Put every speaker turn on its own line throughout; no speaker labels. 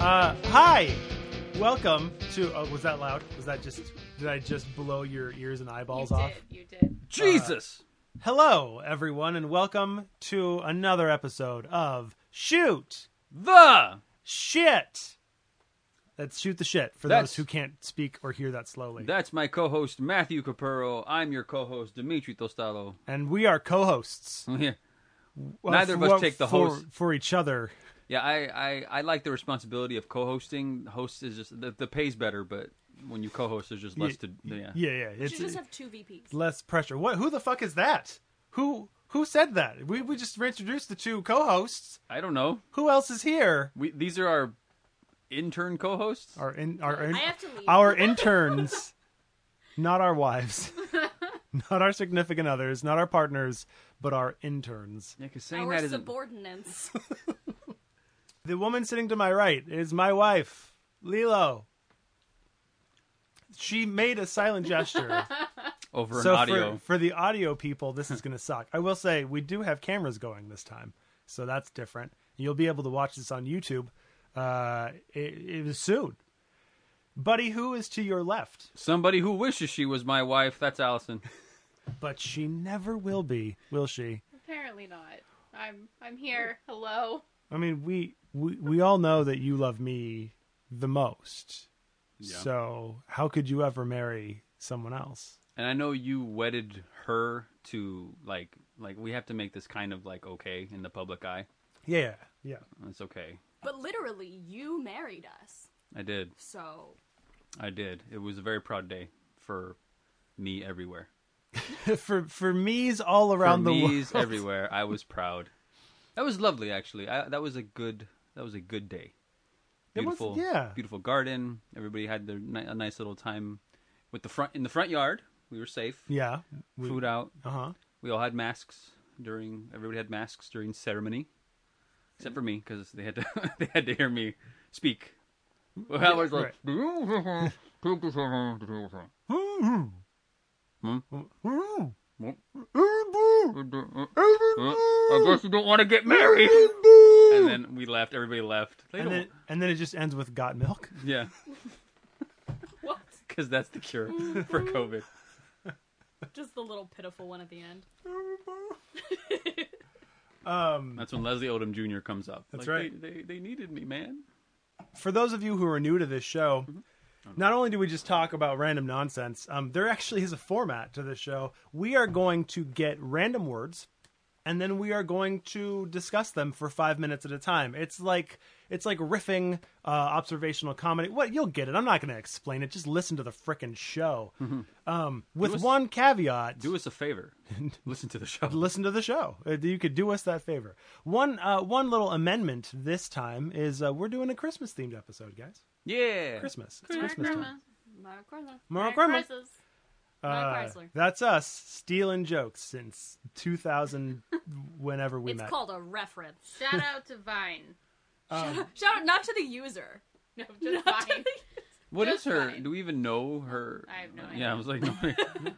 Uh, hi, welcome to. Oh, was that loud? Was that just? Did I just blow your ears and eyeballs
you
off?
Did, you did.
Jesus.
Hello, everyone, and welcome to another episode of Shoot
the.
Shit. That's shoot the shit for
That's-
those who can't speak or hear that slowly.
That's my co host, Matthew Capurro. I'm your co host, Dimitri Tostado.
and we are co-hosts.
yeah,
Well,
Neither of us take the
for,
host.
for each other.
yeah I, I, I like the responsibility of co hosting. Host is just, the, the pay's better, but when you co host, there's just less to. Yeah.
Yeah, yeah.
You
It's
should just have two VPs.
less pressure. What? Who the fuck is that? Who? Who said that? We we just reintroduced the two co-hosts.
I don't know.
Who else is here?
We These are our intern co hosts.
Our in, our in,
I have to leave.
our interns, not our wives, not our significant others, not our partners, but our interns.
Yeah, because saying
Our
that isn't.
subordinates.
The woman sitting to my right is my wife, Lilo. She made a silent gesture.
over
so
an audio.
For, for the audio people, this is going to suck. I will say we do have cameras going this time, so that's different. You'll be able to watch this on YouTube. Uh, it, it was soon. Buddy, who is to your left?
Somebody who wishes she was my wife. That's Allison.
But she never will be, will she?
Apparently not. I'm I'm here. Hello.
I mean, we we, we all know that you love me the most. So how could you ever marry someone else?
And I know you wedded her to like like we have to make this kind of like okay in the public eye.
Yeah, yeah.
It's okay.
But literally, you married us.
I did.
So
I did. It was a very proud day for me everywhere.
for for me's all
For
around the world.
me's everywhere. I was proud. That was lovely actually. I, that was a good that was a good day.
It was-
Beautiful.
yeah.
Beautiful garden. Everybody had their ni- a nice little time with the front in the front yard. We were safe.
Yeah.
Food out.
Uh huh.
We all had masks during. Everybody had masks during ceremony, except for me because they had to they had to hear me speak.
Mm,
Well, I was like, Hmm.
Hmm. Hmm.
Hmm. I guess you don't want to get married. And then we left. Everybody left. They
And
don't-
then and then it just ends with got milk.
yeah,
what?
because that's the cure for COVID.
Just the little pitiful one at the end.
Hmm.
um,
That's when Leslie Odom Jr. comes up.
That's
Like,
right.
They, they they needed me, man.
for those of you who are new to this show,
Mm-hmm. Oh,
not only do we just talk about random nonsense, um, there actually is a format to this show. We are going to get random words, and then we are going to discuss them for five minutes at a time. It's like it's like riffing uh, observational comedy. What you'll get it. I'm not going to explain it. Just listen to the frickin' show. Um, with
Mm-hmm. us-
one caveat.
Do us a favor. Listen to the show.
listen to the show. Uh, You could do us that favor. One uh, one little amendment this time is uh, we're doing a Christmas themed episode, guys.
Yeah.
Christmas. It's
Merry
Christmas
Christmas.
time.
Merry Christmas.
Merry Christmas.
Christmas.
Uh,
Chrysler.
that's us stealing jokes since 2000, whenever we
It's
met.
called a reference.
Shout out to Vine.
Shout out not to the user.
No, just
Not to
Vine.
the-
What is
Just
her?
fine.
Do we even know her?
I have no
Yeah,
idea.
I was like, no.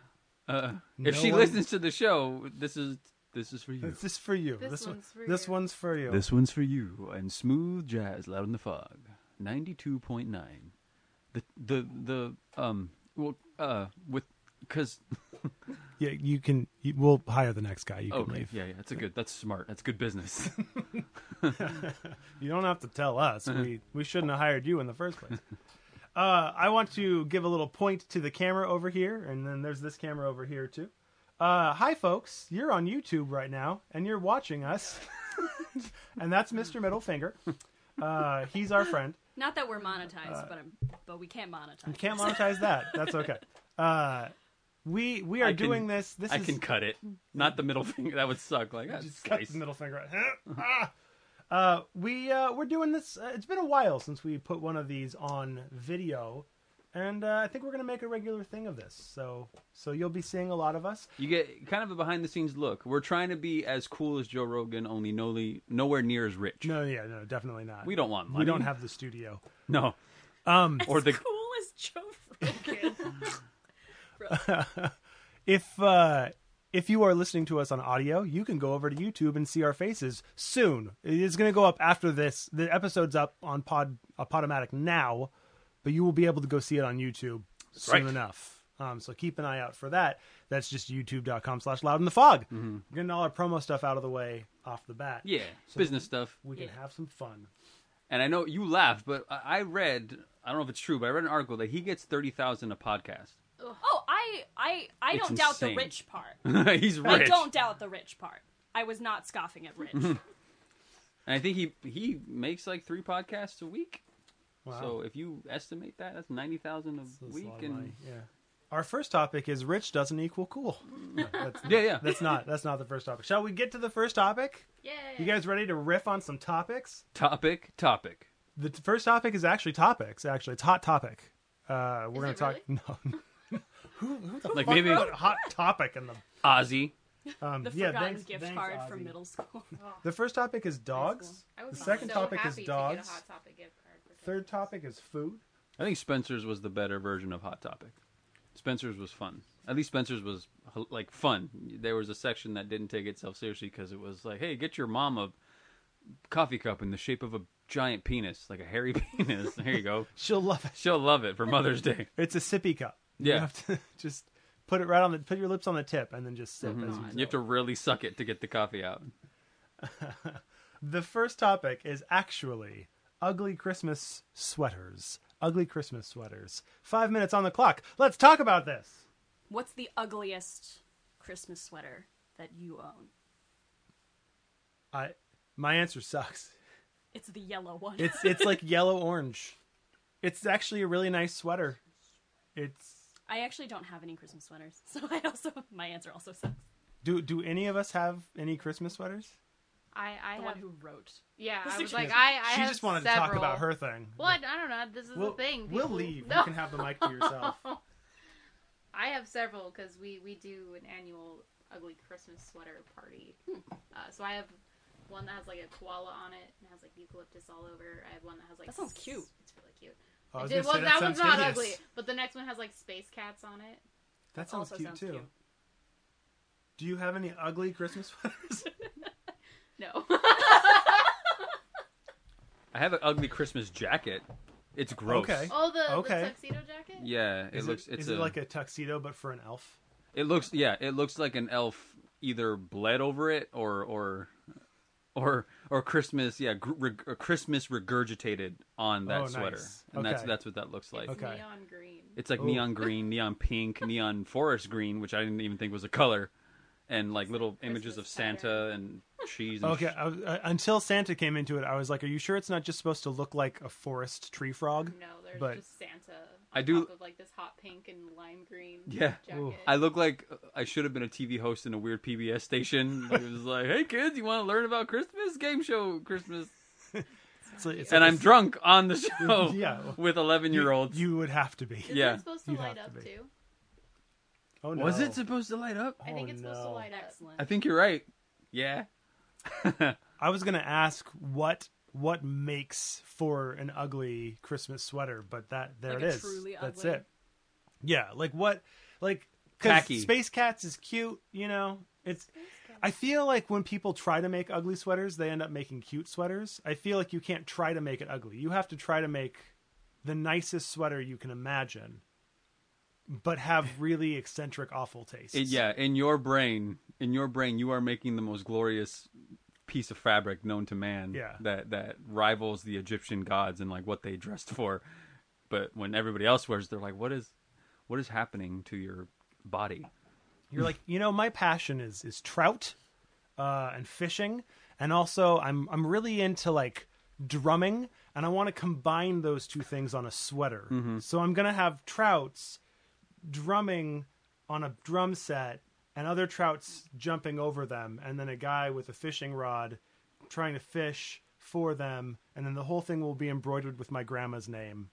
uh, if
No
she
one-
listens to the show, this is this is for you.
This is for you.
This
one-
one's for
this
you.
one's for you.
This one's for you. And smooth jazz, loud in the fog, ninety-two point nine. The the the um well uh with because
Yeah, you can. You, we'll hire the next guy. You
oh
can leave.
yeah yeah that's a good that's smart that's good business.
You don't have to tell us.
Uh-huh.
we we shouldn't have hired you in the first place. Uh, I want to give a little point to the camera over here, and then there's this camera over here too. Uh, hi, folks. You're on YouTube right now, and you're watching us. and that's Mr. Middle Finger. Uh, he's our friend.
Not
Uh,
that we're monetized, but I'm, but we can't monetize.
Can't monetize that. That's okay. Uh, we we are
I can-
doing this. This
I
is
can cut it. Not the middle finger. That would suck. Like that's
just cut the middle finger out. Ah! uh, we uh, we're doing this. Uh, it's been a while since we put one of these on video, and uh, I think we're gonna make a regular thing of this. So so you'll be seeing a lot of us.
You get kind of a behind the scenes look. We're trying to be as cool as Joe Rogan, only no, nowhere near as rich.
No, yeah, no, definitely not.
We don't want
we
money.
don't have the studio.
no.
Um,
Or the
Cool as Joe Rogan.
if uh, If you are listening to us on audio, you can go over to YouTube and see our faces soon. It is going to go up after this. The episode's up on Pod uh, Podomatic now, but you will be able to go see it on YouTube soon
right.
enough. Um, so keep an eye out for that. That's just youtube.com slash loud in the fog. We're getting all our promo stuff out of the way off the bat.
Mm-hmm. Yeah, business stuff.
We can have some fun.
And I know you laughed, but I I read. I don't know if it's true, but I read an article that he gets thirty thousand a podcast.
Oh, I I I
It's
don't doubt the
insane.
rich part.
He's
I
rich.
don't doubt the rich part. I was not scoffing at rich.
Mm-hmm.
And I think he he makes like three podcasts a week.
Wow.
So if you estimate that, that's ninety thousand a
That's a
week.
lot of
and
money, yeah. Our first topic is rich doesn't equal cool. No, that's,
yeah, yeah.
that's not that's not the first topic. Shall we get to the first topic?
Yeah.
You guys ready to riff on some topics?
topic, topic.
The t- first topic is actually topics. Actually, it's hot topic. Uh, we're
Is
gonna
it
talk. No, who, who the
Like
fuck
maybe-
put hot topic in the.
Ozzy.
Um,
The
yeah,
forgotten
thanks-
gift
thanks,
card
Ozzy.
from middle school.
The first topic is dogs.
Oh, I would
The
be
second
so
topic is
happy to get a
dogs.
Hot Topic gift card for
Third topic is food.
I think Spencer's was the better version of Hot Topic. Spencer's was fun. At least Spencer's was like fun. There was a section that didn't take itself seriously because it was like, "Hey, get your mom a coffee cup in the shape of a giant penis, like a hairy penis." There you go.
She'll love it.
She'll love it for Mother's Day.
It's a sippy cup. You
Yeah.
have to just put it right on the put your lips on the tip and then just sip. As you
You have to really suck it to get the coffee out.
The first topic is actually ugly Christmas sweaters. Ugly Christmas sweaters. Five minutes on the clock. Let's talk about this.
What's the ugliest Christmas sweater that you own?
I my answer sucks.
It's the yellow one.
It's it's like yellow orange. It's actually a really nice sweater. It's
I actually don't have any Christmas sweaters, so I also my answer also sucks.
do do any of us have any Christmas sweaters?
I I
The
have
one who wrote.
yeah. I
She
was like
doesn't-
I I
she
have
just wanted to talk
several.
about her thing.
Well, I don't know. This is
We'll,
the thing.
we'll
People-
leave.
No.
You can have the mic to yourself. Oh,
I have several because we we do an annual ugly Christmas sweater party.
Hmm.
Uh, so I have one that has like a koala on it and has like eucalyptus all over. I have one that has like
That sounds
s-
cute.
It's really cute.
I
I
was
did-
gonna say, that sounds
one's not
hideous.
ugly, but the next one has like space cats on it.
That sounds
Also
cute
sounds
too.
cute.
Do you have any ugly Christmas sweaters?
No,
I have an ugly Christmas jacket. It's gross.
Okay.
oh the,
Okay.
the tuxedo jacket.
Yeah, it
Is
looks. it's
is it like a tuxedo but for an elf?
It looks yeah, it looks like an elf either bled over it or or or or Christmas yeah, gr- reg- or Christmas regurgitated on that
Oh, nice.
sweater, and that's
Okay.
that's what that looks like.
It's
Okay.
neon green.
It's like
Ooh.
neon green, neon pink, neon forest green, which I didn't even think was a color, and like little images of
Christmas pattern.
Santa and trees. And
Okay,
sh-
I, I, until Santa came into it, I was like, "Are you sure it's not just supposed to look like a forest tree frog?"
No, there's
But-
just Santa. on
I do-
top of like this hot pink and lime green.
Yeah.
jacket.
Ooh.
I look like uh, I should have been a TV host in a weird PBS station. It was like, "Hey kids, you want to learn about Christmas game show Christmas?"
It's like- it's
And
like
I'm drunk on the show
Yeah.
with 11 Oh, year olds.
You would have to be.
Isn't
yeah.
it supposed to
You'd
light
have to be.
up too?
Oh no!
Was it supposed to light up?
I think
Oh,
it's supposed to
no.
light up.
I
Excellent.
think you're right. Yeah.
I was gonna ask what what makes for an ugly Christmas sweater, but that there
Like
it
a
is.
truly
That's
ugly-
it. Yeah, like what? Like 'cause
Khaki.
Space Cats is cute, you know. It's. I feel like when people try to make ugly sweaters, they end up making cute sweaters. I feel like you can't try to make it ugly. You have to try to make the nicest sweater you can imagine, but have really eccentric, awful tastes.
It- yeah, in your brain, in your brain you are making the most glorious piece of fabric known to man
Yeah.
that that rivals the Egyptian gods and like what they dressed for. But when everybody else wears they're like what is what is happening to your body?
You're like, you know, my passion is is trout uh, and fishing, and also I'm I'm really into like drumming, and I want to combine those two things on a sweater.
Mm-hmm.
So I'm gonna have trouts drumming on a drum set, and other trouts jumping over them, and then a guy with a fishing rod trying to fish for them, and then the whole thing will be embroidered with my grandma's name.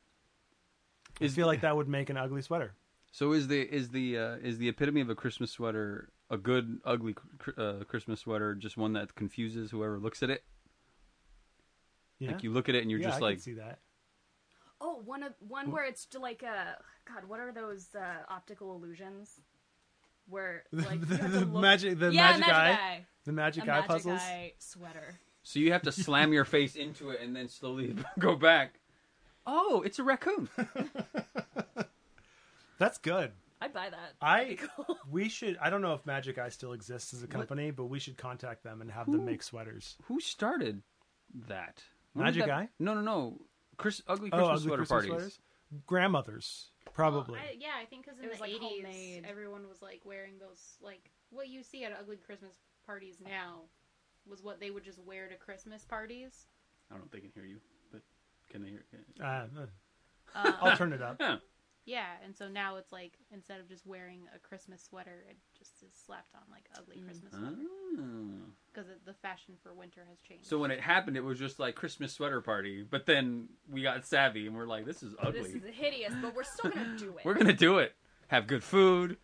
I
Is-
feel like that would make an ugly sweater.
So is the is the uh, is the epitome of a Christmas sweater a good ugly cr- uh, Christmas sweater just one that confuses whoever looks at it?
Yeah,
Like you look at it and you're
Yeah, I
just
can
like
see that.
Oh, one of one where it's like uh God, what are those uh, optical illusions? where like
the,
you have to
the
look-
magic, the
yeah,
magic, eye, the magic
a
eye
magic
puzzles.
eye sweater.
So you have to slam your face into it and then slowly go back. Oh, it's a raccoon.
That's good.
I'd buy that.
I we should. I don't know if Magic Eye still exists as a company, but we should contact them and have them
Who-
make sweaters.
Who started that? When did
Magic
that-
Eye?
No, no, no. Chris, ugly
Oh,
Christmas
ugly
sweater
Christmas
parties.
sweaters? Grandmothers,
Well,
probably.
I, yeah, I think because in
It was,
the
like,
eighties,
homemade.
everyone was like wearing those like what you see at ugly Christmas parties now was what they would just wear to Christmas parties.
I don't know if they can hear you, but can they hear? Can...
Uh, uh,
Um,
I'll turn it up.
Yeah.
yeah, and so now it's like instead of just wearing a Christmas sweater, it just is slapped on like ugly Christmas
Mm-hmm.
sweater
Oh.
because the fashion for winter has changed.
So when it happened, it was just like Christmas sweater party. But then we got savvy and we're like, this is ugly.
This is hideous, but we're still gonna do it.
We're gonna do it. Have good food,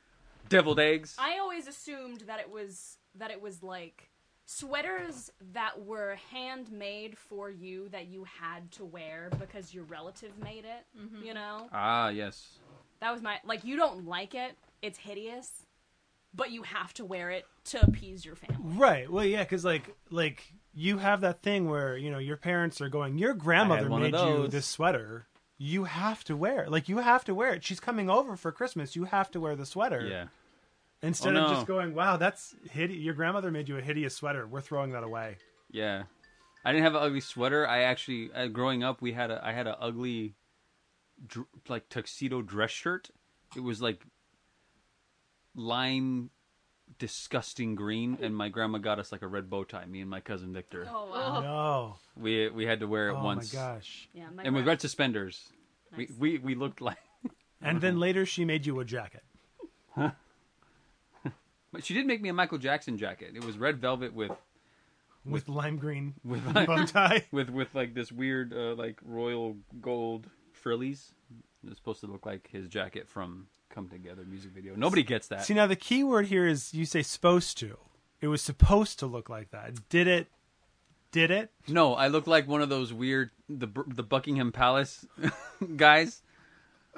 deviled eggs.
I always assumed that it was that it was like sweaters that were handmade for you that you had to wear because your relative made it. You know,
Ah, yes.
that was my like. You don't like it; it's hideous, but you have to wear it to appease your family.
Right. Well, yeah, because like like you have that thing where you know your parents are going, your grandmother
one of
made you
those."
this sweater. You have to wear it. Like you have to wear it. She's coming over for Christmas. You have to wear the sweater.
Yeah.
Instead
Oh,
of
no.
just going, wow, that's hideous. Your grandmother made you a hideous sweater. We're throwing that away.
Yeah, I didn't have an ugly sweater. I actually, uh, growing up, we had a I had an ugly, dr- like tuxedo dress shirt. It was like lime, disgusting green, and my grandma got us like a red bow tie. Me and my cousin Victor,
Oh wow!
No.
we we had to wear it
Oh
once,
my gosh.
Yeah, my
and with
grand-
red suspenders.
Nice.
We, we we looked like,
And then later she made you a jacket.
but she did make me a Michael Jackson jacket. It was red velvet with
with lime green
with
bow tie.
with with like this weird uh, like royal gold frillies. It's supposed to look like his jacket from Come Together music video. Nobody gets that.
See now the key word here is you say supposed to. It was supposed to look like that. Did it? Did it?
No, I look like one of those weird the Br- the Buckingham Palace guys.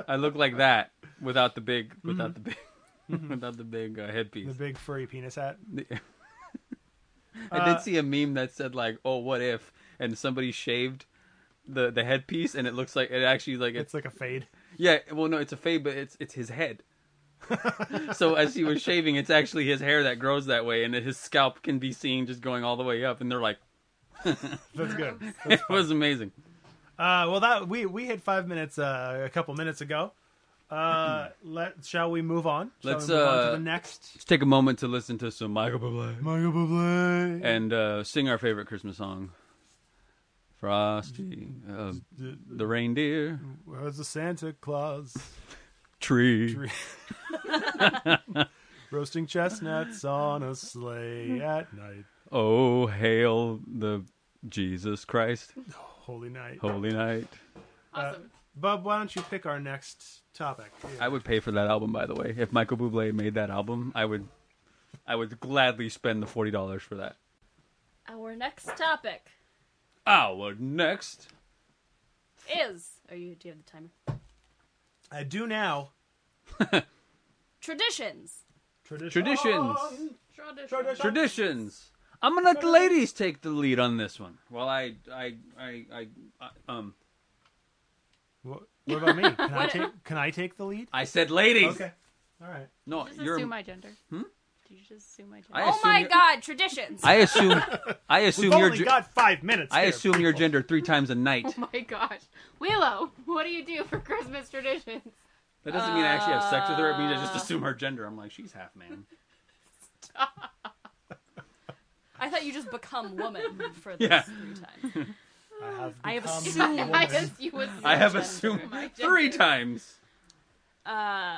I look like that without the big without the big without the big uh,
The
headpiece.
big furry penis hat.
I did see a meme that said like, "Oh, what if?" and somebody shaved the the headpiece and it looks like it actually like
It's
it's
like a fade.
Yeah, well, no, it's a fade, but it's it's his head. so as he was shaving, it's actually his hair that grows that way, and his scalp can be seen just going all the way up. And they're like,
That's good.
"It was amazing."
Uh, well, that we we hit five minutes uh, a couple minutes ago. Uh, let shall we move on? Shall
Let's,
we move on
uh,
to the next.
Let's take a moment to listen to some Michael Bublé
Michael Bublé.
and uh, sing our favorite Christmas song, "Frosty uh,
The-
the Reindeer
Where's the Santa Claus?
Tree."
Tree. Roasting chestnuts on a sleigh at night,
Oh, hail the Jesus Christ,
holy night.
Holy Night.
awesome.
Bub, why don't you pick our next topic?
I would pay for that album, by the way. If Michael Bublé made that album, I would, I would gladly spend the forty dollars for that.
Our next topic
Our next.
is. Are you? Do you have the timer?
I do now.
Traditions.
Tradition.
Traditions.
Tradition.
Oh, Tradition.
Traditions. I'm gonna let the ladies take the lead on this one. Well, I, I, I, I, I um,
What, what about me? Can I take? Can I take the lead?
I said ladies.
Okay. All right.
No,
Did you just
you're.
assume my gender? Hmm? Did you just assume my gender?
I
Oh
assume
my
you're-
God! Traditions.
I assume. I
We've
assume you're.
only
Ge-
got five minutes.
I
here,
assume you're
people.
gender three times a night.
Oh my gosh. Willow, what do you do for Christmas traditions?
That doesn't mean I actually have sex with her. It means I just
Uh.
assume her gender. I'm like, she's half man.
I thought you just become woman for this
Yeah.
three times.
I have.
I have
become
assumed-
a woman.
I guess you would
I have
assume
assumed
my gender.
three times.
Uh,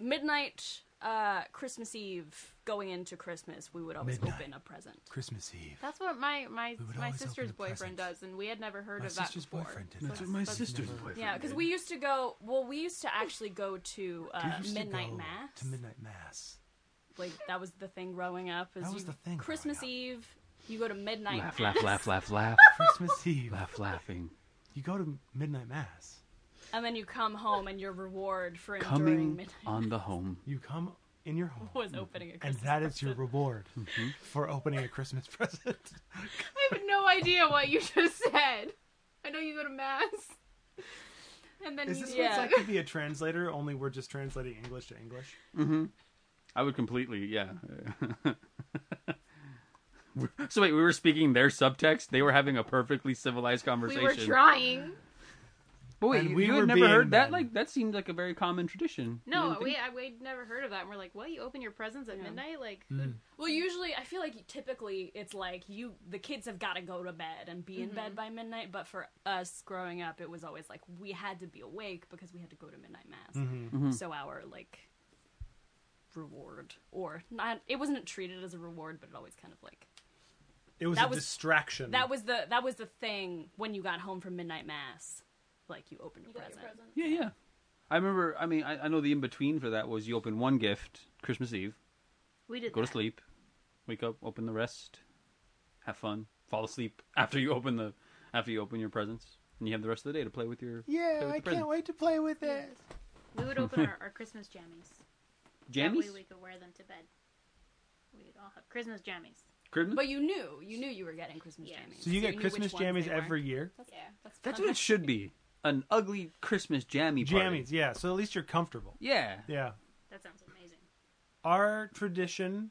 midnight, uh, Christmas Eve, going into Christmas, we would always
Midnight.
open a present.
Christmas Eve.
That's what my my
We would
my
always
sister's
open a
boyfriend
present.
does, and we had never heard
My
of that
sister's
before.
boyfriend did
So
that.
it's-
my
that's-
sister's boyfriend.
Yeah, because we used to go. Well, we used to actually go to uh,
We used to
midnight
go
mass.
To midnight mass.
like that was the thing growing up. Is
That was
you-
the thing growing
Christmas
up.
Eve, you go to midnight.
Laugh,
mass.
laugh, laugh, laugh, laugh,
Christmas Eve.
laugh, laughing.
You go to midnight mass.
and then you come home and your reward for enduring
Coming
midnight
on the home.
You come in your home.
was opening a
And
Christmas.
that is your reward
Mm-hmm.
for opening a Christmas present.
I have no idea what you just said. I know you go to mass. And then
Is
you
this
Yeah.
what it's like to be a translator? Only we're just translating English to English.
I would completely, yeah. so wait, we were speaking their subtext. They were having a perfectly civilized
we
conversation.
were trying.
But wait,
And we
you
were
had never
being
heard that?
men.
Like that seemed like a very common tradition. You
No,
didn't
we
think-
I, we'd never heard of that. And we're like, what? You open your presents at
Yeah.
midnight? Like,
Mm.
Mm.
Well, usually I feel like typically it's like you the kids have got to go to bed and be in
Mm-hmm.
bed by midnight, but for us growing up it was always like we had to be awake because we had to go to midnight mass.
Mm-hmm. Hmm.
So our like reward or not it wasn't treated as a reward, but it always kind of like
It was
That
a
was-
distraction.
that was the that was the thing when you got home from midnight mass, like you opened your,
got
present.
your present.
Yeah, yeah. I remember. I mean, I, I know the in between for that was you open one gift Christmas Eve,
we did
go to
that.
sleep, wake up, open the rest, have fun, fall asleep after you open the after you open your presents, and you have the rest of the day to play with your play
yeah,
with
I
the presents.
can't wait to play with it.
We would open our, our Christmas jammies. That way
Jammies,
we could wear them to bed. We'd all have Christmas jammies.
Christmas.
But you knew, you knew you were getting Christmas
Yeah.
jammies.
So you get
knew which
Christmas
ones
jammies
they were.
every year.
That's-
Yeah.
That's,
That's
fun.
what it should be. An ugly Christmas jammy party.
Jammies, yeah. So at least you're comfortable.
Yeah.
Yeah.
That sounds amazing.
Our tradition.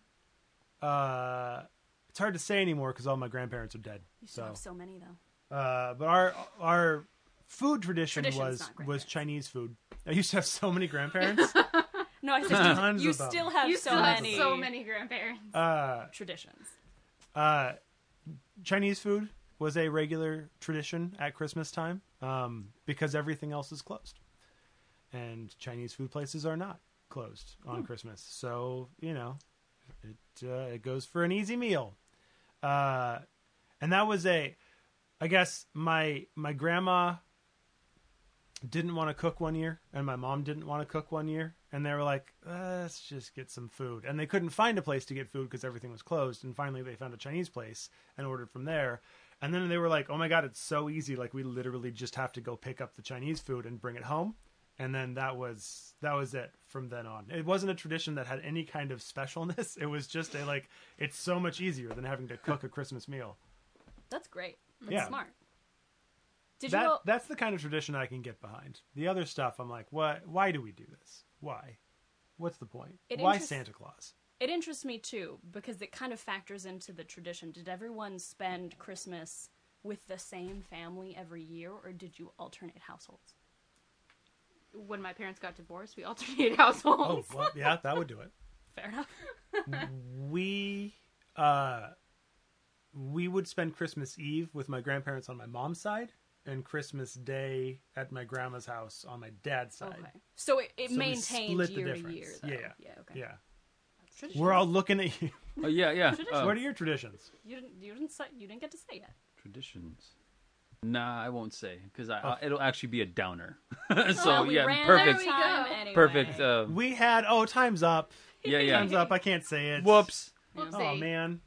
Uh, it's hard to say anymore because all my grandparents are dead.
You still have so many though.
Uh, but our our food tradition
Tradition's
was
not
was
grandparents.
Chinese food. I used to have so many grandparents.
No, I said
Tons
you, you
of them.
still have
you
so
still
many.
have so many grandparents.
uh,
traditions.
uh, Chinese food was a regular tradition at Christmas time um, because everything else is closed, and Chinese food places are not closed on Christmas. So you know, it uh, it goes for an easy meal, uh, and that was a, I guess my my grandma didn't want to cook one year and my mom didn't want to cook one year and they were like let's just get some food and they couldn't find a place to get food because everything was closed and finally they found a chinese place and ordered from there and then they were like oh my god it's so easy like we literally just have to go pick up the chinese food and bring it home and then that was that was it from then on it wasn't a tradition that had any kind of specialness it was just a like it's so much easier than having to cook a christmas meal
That's great. That's
Yeah.
smart. Did
that,
you all,
that's the kind of tradition I can get behind. The other stuff, I'm like, what? Why do we do this? Why? What's the point?
It
why
interest-
Santa Claus?
it interests me too because it kind of factors into the tradition. Did everyone spend Christmas with the same family every year or did you alternate households?
When my parents got divorced, we alternated households.
Oh, well, yeah, that would do it.
Fair enough.
Uh, We, uh, we would spend Christmas Eve with my grandparents on my mom's side, and Christmas Day at my grandma's house on my dad's side.
Okay. So it, it
So we
maintained
split the
year to
difference.
year though.
Yeah.
Yeah, okay.
Yeah,
Tradition.
we're all looking at you.
Oh, yeah, yeah. Uh,
what are your traditions?
you didn't you didn't say, you didn't get to say yet.
Traditions. Nah, I won't say because I, I- it'll actually be a downer. so
Well, Oh, we
yeah,
ran out of
perfect,
time
go.
anyway.
perfect. Uh,
We had oh, time's up.
yeah, yeah.
Time's up. I can't say it.
Whoops.
Oh
Whoopsie.
man.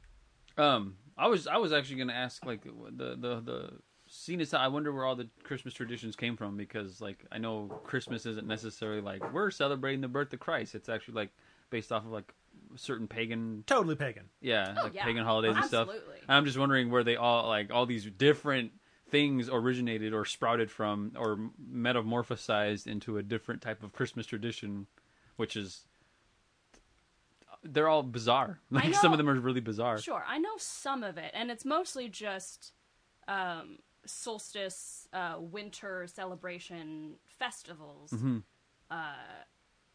Um, I was I was actually gonna ask like the the the scene is I wonder where all the Christmas traditions came from because like I know Christmas isn't necessarily like we're celebrating the birth of Christ. It's actually like based off of like certain pagan
Totally pagan.
yeah like
Oh, yeah.
pagan holidays and stuff.
Absolutely.
And I'm just wondering where they all like all these different things originated or sprouted from or metamorphosized into a different type of Christmas tradition, which is they're all bizarre. Like
know.
some of them are really bizarre.
Sure, I know some of it, and it's mostly just um, solstice, uh, winter celebration festivals, uh,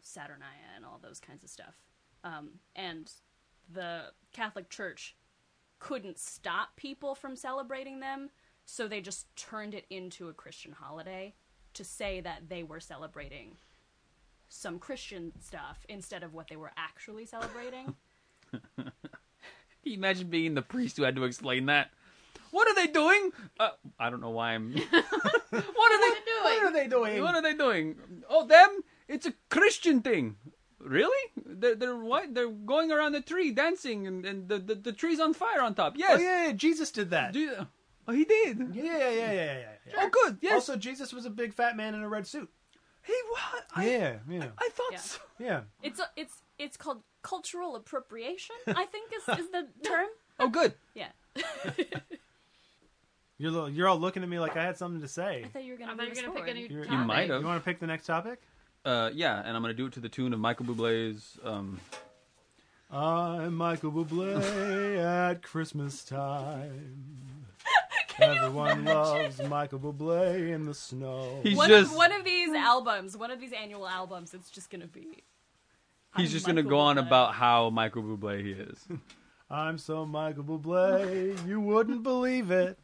Saturnalia, and all those kinds of stuff. Um, and the Catholic Church couldn't stop people from celebrating them, so they just turned it into a Christian holiday to say that they were celebrating some Christian stuff instead of what they were actually celebrating.
Can you imagine being the priest who had to explain that? What are they doing? Uh, I don't know why I'm. what are they doing?
What are they doing?
What are they doing? Oh, them? It's a Christian thing. Really? They're, they're what? They're going around the tree dancing and, and the, the, the tree's on fire on top.
Oh
Yes.
yeah, yeah, Jesus did that.
Do- Oh, he did.
Yeah, yeah, yeah, yeah, yeah. yeah.
Oh, good. Yes.
Also, Jesus was a big fat man in a red suit.
he what? I,
Yeah, yeah,
I thought
Yeah.
so.
yeah.
It's a, it's it's called cultural appropriation. I think is is the term.
Oh, good.
Yeah.
You're lo- you're all looking at me like I had something to say.
I thought you were
I
gonna.
thought you
move
were gonna pick a
forward.
new
You're- you
topic.
might have.
You want to pick the next topic?
Uh, yeah, and I'm gonna do it to the tune of Michael Bublé's. Um,
I'm Michael Bublé at Christmas time. Everyone loves Michael Bublé in the snow.
He's
one,
just-
one of these albums, one of these annual albums, it's just gonna be. I'm
he's just gonna
Michael
go on
Bublé.
about how Michael Bublé he is.
I'm so Michael Bublé, you wouldn't believe it.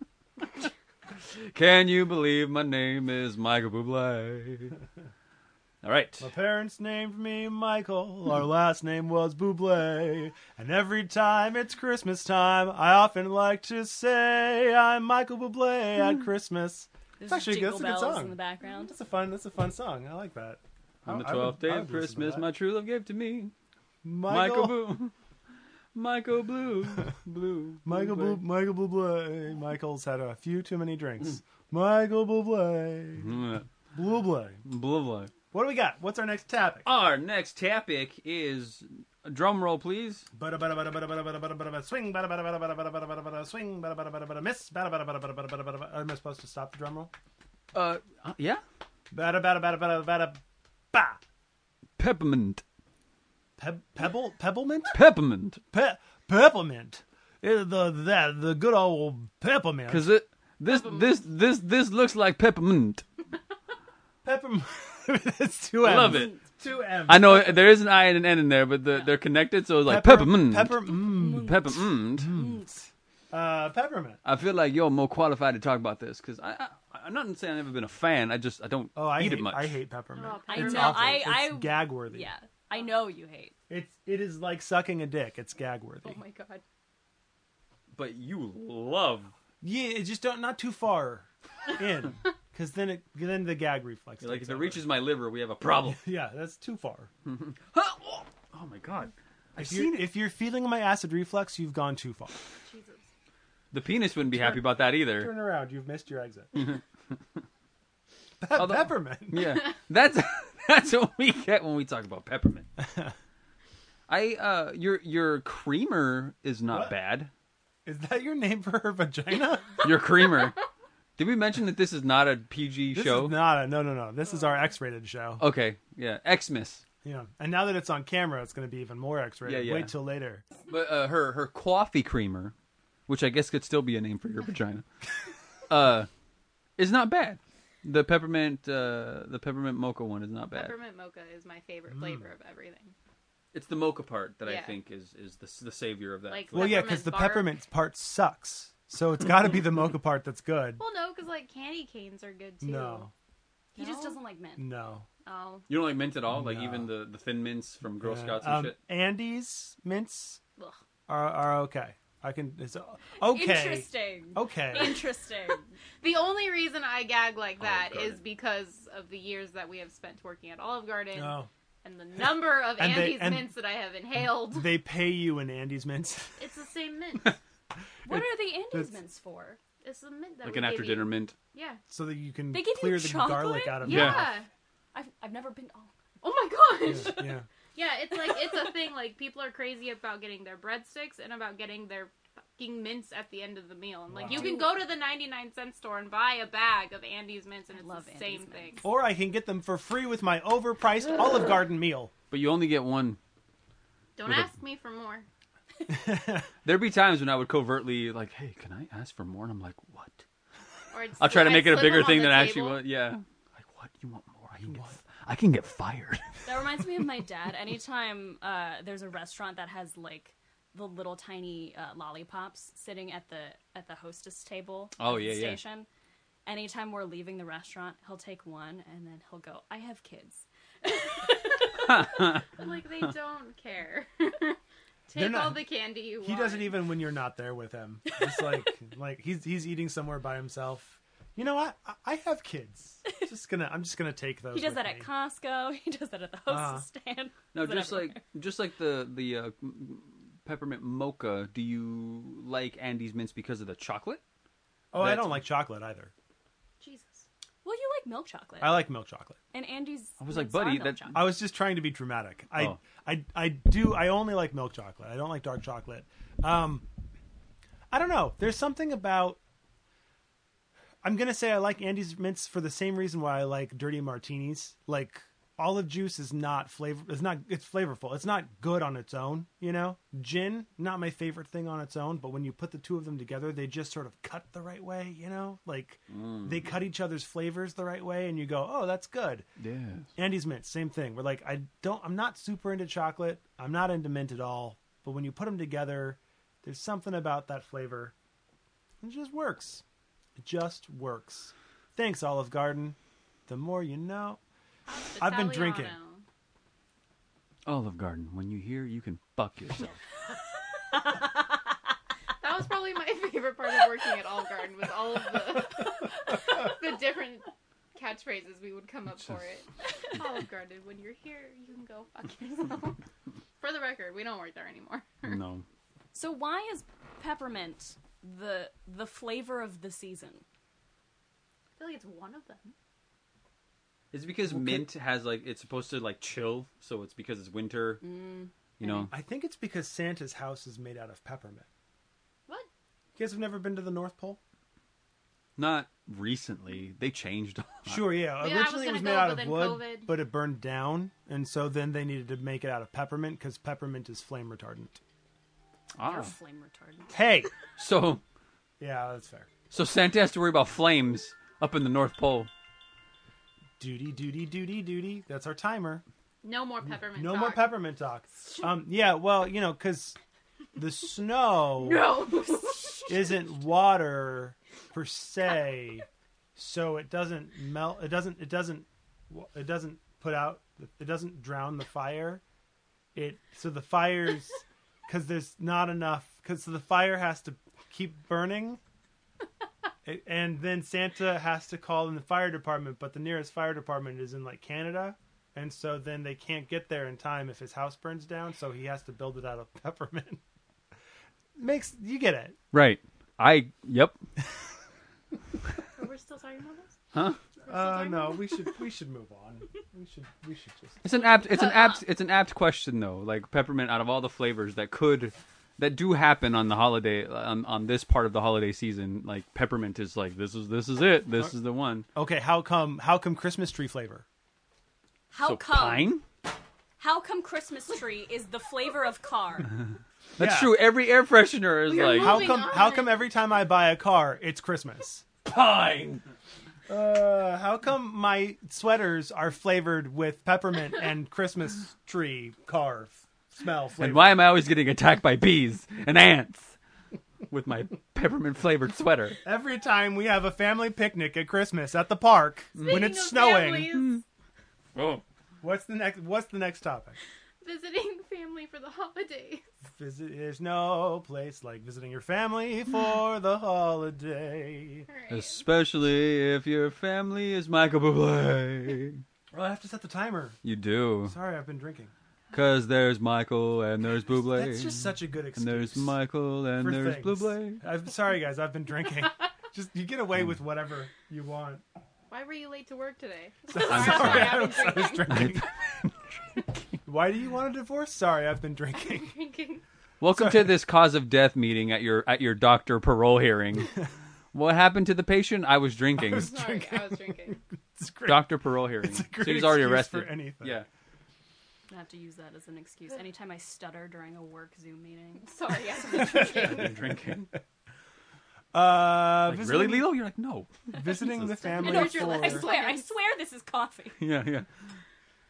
Can you believe my name is Michael Bublé? All right.
My parents named me Michael. Our last name was Bublé. And every time it's Christmas time, I often like to say I'm Michael Bublé at Christmas.
There's
It's actually good.
jingle
That's a good
bells
song.
in the background.
That's a fun. That's a fun song. I like that.
On the
I would-
twelfth day
I would
of
listen to
Christmas,
that.
my true love gave to me
Michael.
Michael Blue. Michael Blue, Blue.
Michael
Blue.
Bublé. Michael Bublé. Michael's had a few too many drinks.
Hmm.
Michael Bublé.
Mm,
Bublé.
Blue. Blue.
What do we got? What's our next topic?
Our next topic is drum roll, please.
Bada bada bada bada bada bada bada bada bada swing bada bada bada bada bada bada bada bada swing bada bada bada bada miss bada bada bada bada bada bada bada. Am I supposed to stop the drum roll?
Uh, uh, yeah,
Bada bada bada bada bada ba.
peppermint,
Pe- pebble pebblement
peppermint,
Pe- peppermint. Eh, The that the good old peppermint.
because it this this this this looks like peppermint.
peppermint. It's two
I
M's.
love it.
Two M's.
I know there is an I and an N in there, but the, they're connected, so it's like peppermint,
Pepper, mm,
peppermint.
uh, peppermint.
I feel like you're more qualified to talk about this because I, I I'm not saying I've never been a fan. I just I don't
Oh, I
eat
hate,
it much.
I hate peppermint.
Oh,
I
It's
know.
awful.
I-
it's
I-
gag worthy.
Yeah, I know you hate.
It's it is like sucking a dick. It's gag worthy.
Oh my god.
but you love
Yeah, it just don't not too far in, because then it then the gag reflex.
like
takes
if it
over.
reaches my liver, we have a problem.
Yeah, that's too far.
Huh? oh, oh my god.
If you're, if you're feeling my acid reflux, you've gone too far.
Jesus.
The penis wouldn't be happy about that either.
Turn around, you've missed your exit. Pe-
Although-
peppermint.
Yeah, that's that's what we get when we talk about peppermint. I uh, your your creamer is not
What?
bad.
Is that your name for her vagina?
Your creamer. Did we mention that this is not a PG
This
show? Oh.
is not a no no no. This is
Oh.
our X-rated show.
okay, yeah, Xmas.
Yeah, and now that it's on camera, it's going to be even more X-rated.
Yeah, yeah.
Wait till later.
But uh, her her coffee creamer, which I guess could still be a name for your vagina, uh, is not bad. The peppermint uh, the peppermint mocha one is not bad.
Peppermint mocha is my favorite
Mm.
flavor of everything.
It's the mocha part that I
Yeah.
think is is the the savior of that.
Like-
flavor.
Well, yeah,
Peppermint
because the
bark.
peppermint part sucks. So it's got to be the mocha part that's good.
Well, no, because like candy canes are good too.
No,
He just
No?
doesn't like men.
no.
Oh,
you don't like mint at all, like
No.
even the the thin mints from Girl
Yeah.
Scouts and
Um,
shit.
Andes mints
ugh.
are, are okay. I can. It's okay.
Interesting.
Okay.
Interesting.
The only reason I gag like that is
Garden.
because of the years that we have spent working at Olive Garden
No.
and the number of
Oh. And they-
Andy's
and-
mints that I have inhaled.
They pay you in Andes mints.
It's the same mint.
what are the
That's-
Andes mints for?
It's the mint that
Like
we
an
gave
after dinner
you.
mint.
Yeah.
so that you can
They give you
clear the
chocolate?
garlic out of
yeah.
your
I've I've never been. Oh,
Oh my gosh.
mouth. Yeah. yeah.
Yeah, it's like it's a thing. Like people are crazy about getting their breadsticks and about getting their fucking mints at the end of the meal. And like you
Wow.
can go to the ninety nine cent store and buy a bag of Andy's mints, and
I
it's
love
the
Andes
same
mints.
thing.
Or I can get them for free with my overpriced Olive Garden meal.
But you only get one.
Don't
With a-
ask me for more.
There'd be times when I would covertly like, "Hey, can I ask for more?" And I'm like, "What?"
Or I'd
I'll try to
slip-
make it
I'd
a
slip
bigger
them on
thing
the
than I actually
table.
was. Yeah. Like, what? You want more? I can, get, I can get fired.
that reminds me of my dad. Anytime uh, there's a restaurant that has like the little tiny uh, lollipops sitting at the at the hostess table.
Oh,
at the
yeah, yeah.
Station. Anytime we're leaving the restaurant, he'll take one and then he'll go. I have kids.
Like they don't care.
They're
Take all
not-
the candy you want.
He doesn't even when you're not there with him. It's like like he's he's eating somewhere by himself. You know what? I, I have kids. Just gonna I'm just gonna take those.
He does
with
that at
me.
Costco. He does that at the hostess stand.
Ah. no,
Does that
just
everywhere.
like just like the the uh, m- peppermint mocha. Do you like Andy's mints because of the chocolate,
Oh, I
That's-
don't like chocolate either.
Jesus.
Well, you like milk chocolate.
I like milk chocolate.
and Andy's.
I was like,
lives on
buddy,
milk
that-
chocolate.
I was just trying to be dramatic. I,
Oh.
I, I do. I only like milk chocolate. I don't like dark chocolate. Um, I don't know. There's something about. I'm gonna say I like Andy's mints for the same reason why I like dirty martinis. Like olive juice is not flavor. It's not. It's flavorful. It's not good on its own. You know, gin not my favorite thing on its own. But when you put the two of them together, they just sort of cut the right way. You know, like they cut each other's flavors the right way, and you go, oh, that's good.
Yes.
Andy's mint, same thing. We're like, I don't, I'm not super into chocolate. I'm not into mint at all. But when you put them together, there's something about that flavor. It just works. It just works. Thanks, Olive Garden. The more you know. I've been drinking.
Italiano.
Olive Garden. When you hear, you can fuck yourself.
That was probably my favorite part of working at Olive Garden was all of the the different catchphrases we would come up for it. Olive Garden, when you're here, you can go fuck yourself. for the record, we don't work there anymore.
no.
So why is peppermint the the flavor of the season?
I feel like it's one of them.
It's because mint has like it's supposed to like chill, so it's because it's winter. You know,
I think it's because Santa's house is made out of peppermint.
What?
You guys have never been to the North Pole?
not recently. They changed. a lot.
Sure, yeah.
Yeah, I was
Originally, it
gonna
was made
go,
out
but
of
then
wood,
COVID.
but it burned down, and so then they needed to make it out of peppermint because peppermint is flame retardant.
They're
Ah.
flame retardant.
Hey,
So
yeah, that's fair.
so Santa has to worry about flames up in the North Pole.
Duty, duty, duty, duty. That's our timer.
No more peppermint.
No more
talk.
peppermint talk. Um, yeah, well, you know, because the snow
No.
isn't water per se, so it doesn't melt. It doesn't. It doesn't. It doesn't put out. It doesn't drown the fire. It so the fires because there's not enough. Because the fire has to keep burning. A- And then Santa has to call in the fire department, but the nearest fire department is in like Canada, and so then they can't get there in time if his house burns down. So he has to build it out of peppermint. Makes you get it.
Right. I yep.
We're still talking about this?
Huh?
Uh, no, we should we should move on. We should we should just.
It's an apt it's an apt it's an apt question though. Like peppermint out of all the flavors that could that do happen on the holiday on, on this part of the holiday season, like peppermint is like this is this is it. This is the one.
Okay, how come how come Christmas tree flavor?
How
so
come?
pine?
How come Christmas tree is the flavor of car?
That's
Yeah.
true. Every air freshener is
We are
like
How
Moving
come
on.
how come every time I buy a car it's Christmas?
pine.
Uh, how come my sweaters are flavored with peppermint and Christmas tree car f- smell flavor?
And why am I always getting attacked by bees and ants with my peppermint flavored sweater?
every time we have a family picnic at Christmas at the park when
Speaking
it's
of
snowing?
families,
Oh.
What's the next What's the next topic?
visiting family for the holidays.
Visit, there's no place like visiting your family for the holiday.
All right.
Especially if your family is Michael Bublé.
Oh, I have to set the timer.
You do.
Sorry, I've been drinking.
Because there's Michael and there's Bublé.
That's just such a good excuse.
and there's Michael and
for
there's
things.
Bublé.
I'm sorry, guys. I've been drinking. just you get away with whatever you want.
Why were you late to work today?
I'm
Sorry,
sorry.
I was, I was drinking. Why do you want a divorce? Sorry, I've been drinking.
Drinking.
Welcome to this cause of death meeting at your at your doctor parole hearing. what happened to the patient? I was drinking.
Sorry, I was drinking.
It's great.
Doctor parole hearing.
It's a
so
great
he was already
excuse
arrested.
for anything.
Yeah.
I have to use that as an excuse anytime I stutter during a work Zoom meeting.
Sorry, I've been drinking.
Been drinking.
Uh,
Like,
visiting,
really, Lilo? You're like, no.
Visiting the family
I
Here's your
for
last
swear, I swear this is coffee.
Yeah, yeah.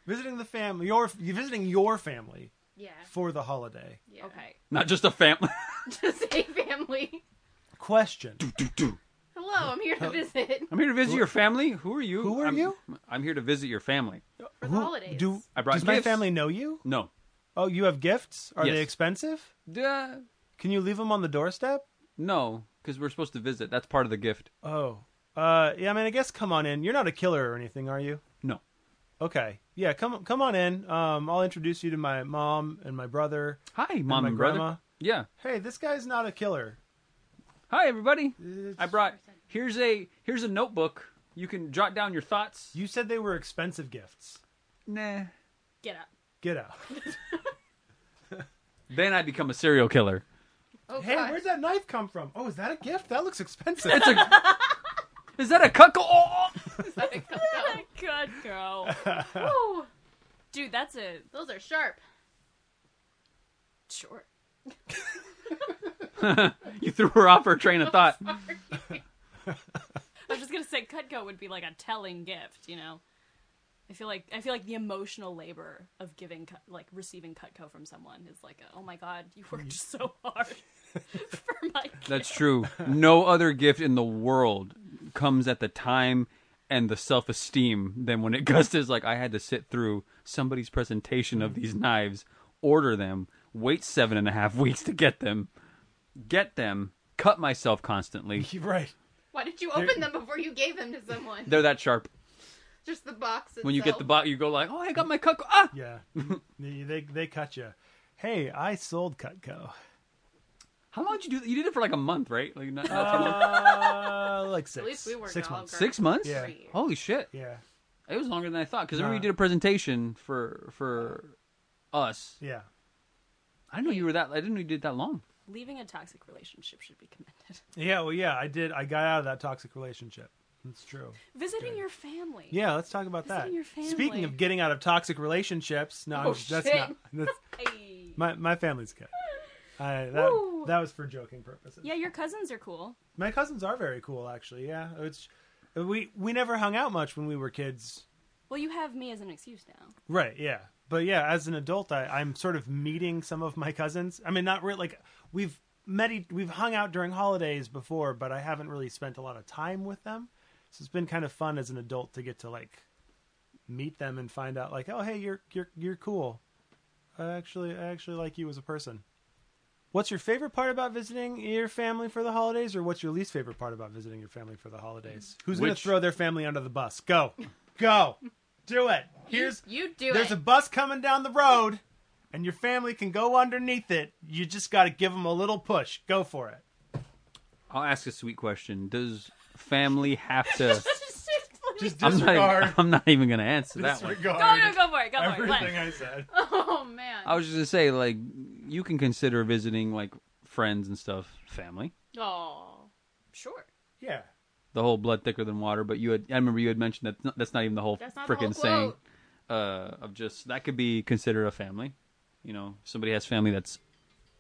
visiting the family. Your visiting your family
Yeah.
for the holiday.
yeah.
Okay.
Not just a family.
Just a family.
Question:
Hello, I'm here to visit
I'm here to visit your family. Who are you?
Who are
I'm-
you?
I'm here to visit your family.
for the
Who-
holidays.
Do
I brought
does my
gifts.
family know you?
No.
Oh, you have gifts. Are they
Yes.
expensive?
Duh.
Can you leave them on the doorstep?
No, because we're supposed to visit. That's part of the gift.
Oh. Uh, yeah, I mean, I guess come on in. You're not a killer or anything, are you?
No.
Okay. Yeah, come come on in. Um, I'll introduce you to my mom and my brother.
Hi, mom
my
and brother.
grandma.
Yeah.
Hey, this guy's not a killer.
Hi, everybody.
It's-
I brought here's a here's a notebook. You can jot down your thoughts.
You said they were expensive gifts.
Nah.
Get up.
Get out.
Then I become a serial killer.
Oh,
Hey,
God.
where'd that knife come from? Oh, is that a gift? That looks expensive.
It's a. is that a cuckoo? Oh,
Good girl.
Woo!
Dude, that's a
Those are sharp.
short.
you threw her off her train of thought.
I was just gonna say Cutco would be like a telling gift, you know. I feel like I feel like the emotional labor of giving, Cut- like receiving Cutco from someone is like, a, oh my god, you worked so hard for my. Gift.
That's true. No other gift in the world comes at the time and the self esteem than when Augusta's like, I had to sit through somebody's presentation of these knives, order them, wait seven and a half weeks to get them, get them, cut myself constantly.
right.
Why did you open them before you gave them to someone?
They're that sharp.
Just the box. Itself.
When you get the box, you go like, "Oh, I got my cuck." Ah,
Yeah. they, they they cut you. Hey, I sold Cutco.
how long did you do? That? You did it for like a month, right? Like not, not too long.
Uh, like six.
least we worked
six
all
months.
girl-
six months.
Yeah.
Holy shit!
Yeah.
It was longer than I thought because remember
Nah.
you did a presentation for for us.
Yeah.
I didn't know you were that. I didn't know you did that long.
Leaving a toxic relationship should be commended.
Yeah. Well, yeah. I did. I got out of that toxic relationship. That's true.
Visiting your family.
Yeah. Let's talk about
Visiting
that.
your
Speaking
family. Oh,
of getting out of toxic relationships, no, I'm- that's
shit.
not. That's,
Hey.
my my family's good. I, that
Woo.
that was for joking purposes.
Yeah, your cousins are cool.
My cousins are very cool, actually. Yeah, it's we we never hung out much when we were kids.
Well, you have me as an excuse now.
Right. Yeah. But yeah, as an adult, I, I'm sort of meeting some of my cousins. I mean, not really like we've met, e- we've hung out during holidays before, but I haven't really spent a lot of time with them. So it's been kind of fun as an adult to get to like meet them and find out like, oh, hey, you're you're you're cool. I actually I actually like you as a person. What's your favorite part about visiting your family for the holidays, or what's your least favorite part about visiting your family for the holidays? Who's going to
Which-
throw their family under the bus? Go, go, do it. Here's
You do
there's
it.
a bus coming down the road, and your family can go underneath it. You just got to give them a little push. Go for it.
I'll ask a sweet question. Does family have to?
Just
I'm
disregard.
not. I'm not even gonna answer that one.
disregard
Go, no, go for it. Go for it.
everything
Let-
I said.
Oh man.
I was just gonna say, like, you can consider visiting like friends and stuff, family,
Oh.
Sure.
Yeah.
the whole blood thicker than water. But you had, I remember you had mentioned that not- that's not even the whole
That's not the
freaking
whole quote.
saying uh, of just that could be considered a family. You know, somebody has family that's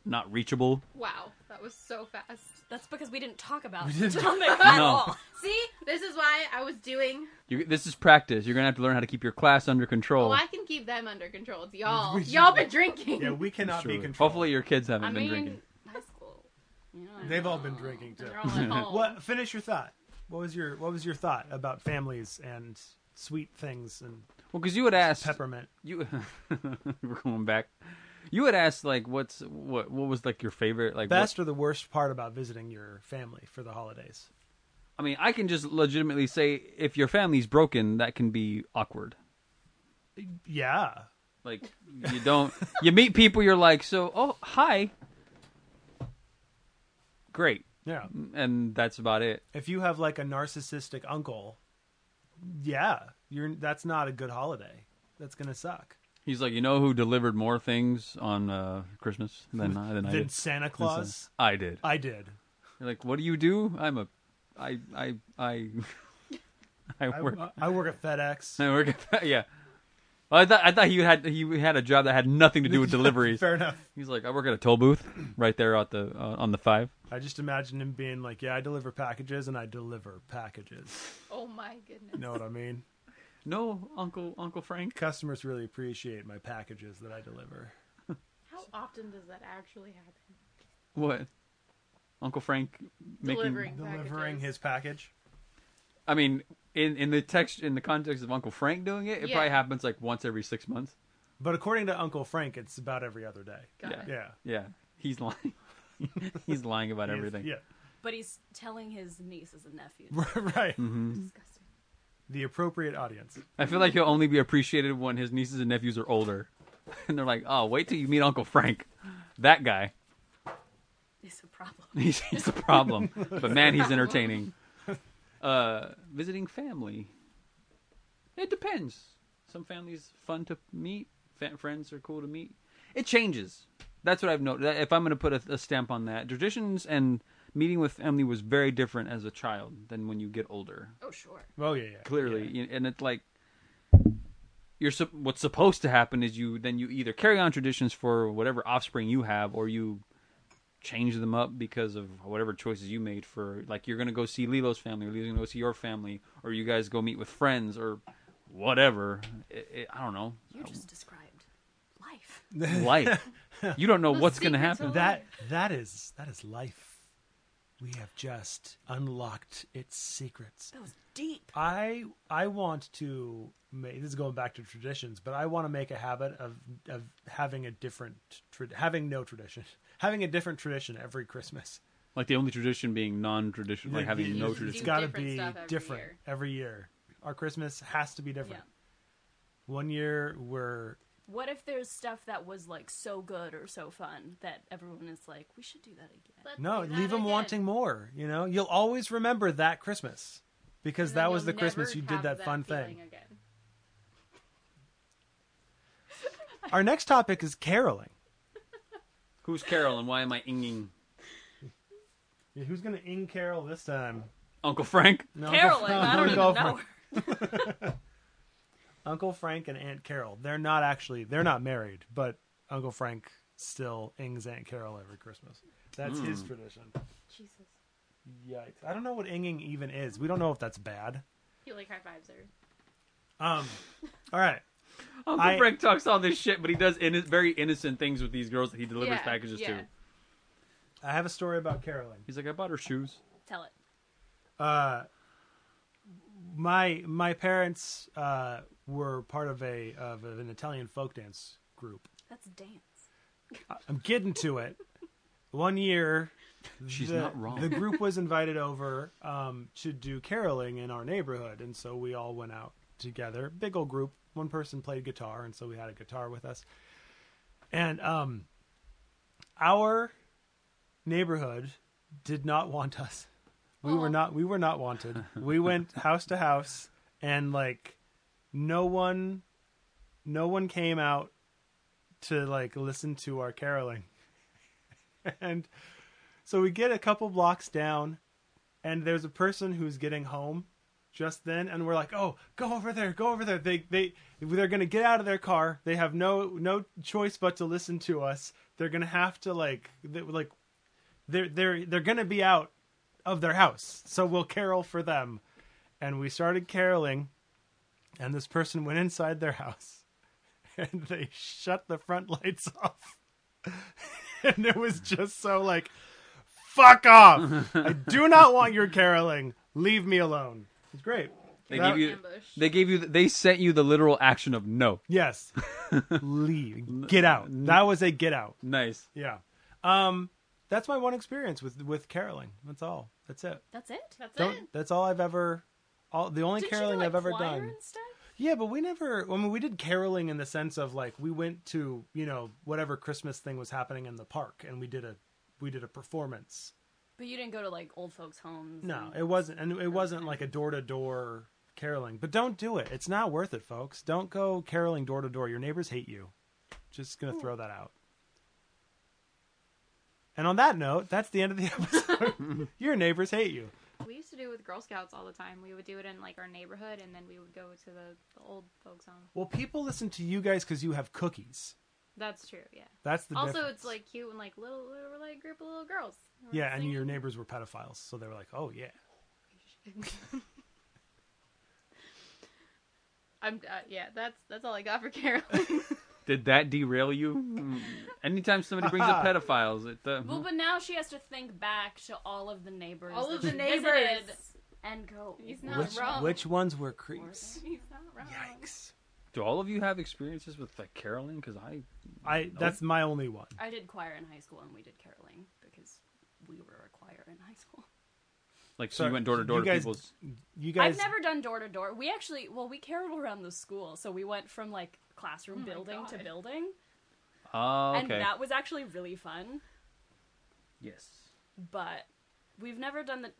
not reachable.
Wow, that was so fast.
That's because we didn't talk about the topic at
No.
all.
See, this is why I was doing.
You, this is practice. You're gonna have to learn how to keep your class under control.
Oh, I can keep them under control. It's y'all.
We-
Y'all been drinking.
Yeah, we cannot
Sure.
be controlled.
Hopefully, your kids haven't
I
been
mean,
drinking.
high school.
You know,
They've all been drinking too.
They're all at home.
What finish your thought. What was your what was your thought about families and sweet things and
Well, because you had asked
peppermint?
you. we're going back. You had asked like, what's what? What was like your favorite? Like, what-
Best or the worst part about visiting your family for the holidays?
I mean, I can just legitimately say if your family's broken, that can be awkward.
Yeah.
Like you don't you meet people you're like, "So, oh, hi." Great.
Yeah.
And that's about it.
If you have like a narcissistic uncle, yeah, you're that's not a good holiday. That's going to suck.
He's like, "You know who delivered more things on uh Christmas than I than I
Then
did?"
Santa
Than Sa-
Claus?
I did.
I did.
You're like, "What do you do?" I'm a I I I I
I,
work
I work at FedEx.
I work at yeah. Well, I thought I thought he had he had a job that had nothing to do with deliveries.
Fair enough.
He's like, I work at a toll booth right there at the uh, on the five.
I just imagine him being like, "Yeah, I deliver packages, and I deliver packages."
Oh my goodness.
You know what I mean?
No, Uncle Uncle Frank.
Customers really appreciate my packages that I deliver.
How often does that actually happen?
What? Uncle Frank making.
Delivering.
Delivering
Packages.
his package.
I mean, in in the text in the context of Uncle Frank doing it, it
Yeah.
probably happens like once every six months.
But according to Uncle Frank, it's about every other day.
Got
Yeah.
it.
Yeah.
Yeah, he's lying. he's lying about everything.
Yeah.
But he's telling his nieces and nephews.
right.
Mm-hmm.
Disgusting.
The appropriate audience.
I feel like he'll only be appreciated when his nieces and nephews are older, and they're like, "Oh, wait till you meet Uncle Frank, that guy.
It's a problem.
He's, he's a problem, but man, he's entertaining." Uh, visiting family. It depends. Some families fun to meet. Fa- friends are cool to meet. It changes. That's what I've noticed. If I'm going to put a, a stamp on that, traditions and meeting with family was very different as a child than when you get older
Oh, sure.
Oh yeah, yeah.
clearly You- and it's like you're sup- what's supposed to happen is you then you either carry on traditions for whatever offspring you have or you change them up because of whatever choices you made for like you're going to go see Lilo's family or Lilo's going to go see your family or you guys go meet with friends or whatever it, it, I don't know
Oh.
Uh,
You just described life.
life you don't know
Those
what's going to
secrets
happen
are-
That that is that is life. We have just unlocked its secrets.
That was deep.
I I want to make this is going back to traditions, but I want to make a habit of of having a different tra- having no tradition, having a different tradition every Christmas.
like the only tradition being non-tradition like
Like,
having
you-
no
you- It's
tradition
got to
different
be
stuff every
different
year.
every year. Our Christmas has to be different.
Yeah.
One year we're
What if there's stuff that was like so good or so fun that everyone is like, we should do that again?
Let's
no,
do that
leave them
again.
wanting more. You know, you'll always remember that Christmas because
And then
that was
you'll
the Christmas
never
you did
have
that, fun
feeling
thing.
again.
Our next topic is caroling.
who's Carol and why am I inging
Yeah, who's gonna ing carol this time?
Uncle Frank
No,
Caroling, I don't even know.
Frank.
her.
Uncle Frank and Aunt Carol. They're not actually they're not married, but Uncle Frank still ings Aunt Carol every Christmas. That's his tradition.
Jesus.
Yikes! I don't know what inging even is. We don't know if that's bad.
He like high fives her.
Um, all right.
Uncle
I-
Frank talks all this shit, but he does inno- very innocent things with these girls that he delivers
Yeah,
packages
yeah.
to.
I have a story about caroling.
He's like, I bought her shoes.
Tell it.
Uh, my my parents uh, were part of a of an Italian folk dance group.
That's dance.
I'm getting to it. One year,
She's
the,
not wrong.
The group was invited over um, to do caroling in our neighborhood, and so we all went out together. Big old group. One person played guitar, and so we had a guitar with us. And um, our neighborhood did not want us. We were not. We were not wanted. We went house to house, and like no one, no one came out to like listen to our caroling. And so we get a couple blocks down, and there's a person who's getting home just then, and we're like, "Oh, go over there, go over there." They they they're gonna get out of their car. They have no no choice but to listen to us. They're gonna have to like they, like they're they're they're gonna be out of their house, so we'll carol for them. And we started caroling, and this person went inside their house, and they shut the front lights off and it was just so like, fuck off. I do not want your caroling. Leave me alone. It's great.
They
That-
gave you.
Ambush.
They gave you. They sent you the literal action of no.
Yes. Leave. Get out. That was a get out.
Nice.
Yeah. Um, that's my one experience with with caroling. That's all. That's it.
That's it.
That's it.
Don't. That's all I've ever. All the only
Didn't
caroling
you do, like,
I've ever
choir
done.
And stuff?
Yeah, but we never. I mean, we did caroling in the sense of like we went to you know whatever Christmas thing was happening in the park, and we did a we did a performance
But you didn't go to like old folks' homes.
No,
and-
it wasn't, and it wasn't like a door to door caroling. But don't do it; it's not worth it, folks. Don't go caroling door to door. Your neighbors hate you. Just gonna throw that out. And on that note, that's the end of the episode. Your neighbors hate you.
We used to do it with Girl Scouts all the time. We would do it in like our neighborhood, and then we would go to the, the old folks' home.
Well, people listen to you guys because you have cookies.
That's true. Yeah.
That's the
also,
difference.
it's like cute and like little, little like group of little girls. We're
yeah, and your
singing.
neighbors were pedophiles, so they were like, "Oh yeah,
I'm uh, yeah. That's that's all I got for Carol.
Did that derail you? Mm. Anytime somebody brings up pedophiles, it. Uh,
Well, but now she has to think back to all of the neighbors.
all
that
of the
she
neighbors.
visited and go.
He's not
which
wrong.
which ones were creeps?"
He's not wrong.
Yikes!
do all of you have experiences with like caroling? Because I.
I that's my only one.
I did choir in high school and we did caroling because we were a choir in high school.
Like, so
Sorry,
you went door to door
you
to
guys-
people's.
You guys,
I've never done door to door. We actually, well, we caroled around the school, so we went from like classroom building to
Oh God.
building,
Oh, okay.
and that was actually really fun.
Yes.
But we've never done the.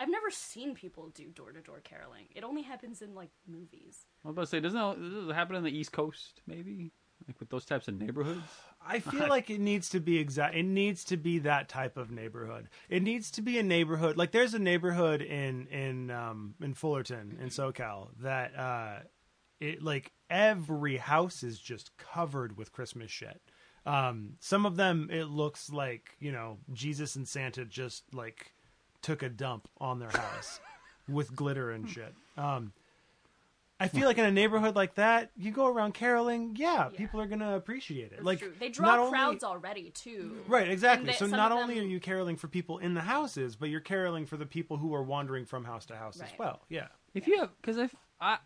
I've never seen people do door to door caroling. It only happens in like movies.
I was about to say, doesn't that, does it happen on the East Coast, maybe? Like with those types of neighborhoods?
I feel like it needs to be exact. It needs to be that type of neighborhood. It needs to be a neighborhood like there's a neighborhood in in um, in Fullerton in SoCal that uh, it like every house is just covered with Christmas shit. Um, some of them it looks like you know Jesus and Santa just like took a dump on their house with glitter and shit. Um, I feel like in a neighborhood like that, you go around caroling, yeah,
Yeah.
people are gonna appreciate it. like
True. they
not
draw
only-
crowds already too.
Right, exactly.
that
so
some
not
of
only are
them-
you caroling for people in the houses, but you're caroling for the people who are wandering from house to house as
Right.
well. Yeah.
If you have, because if I,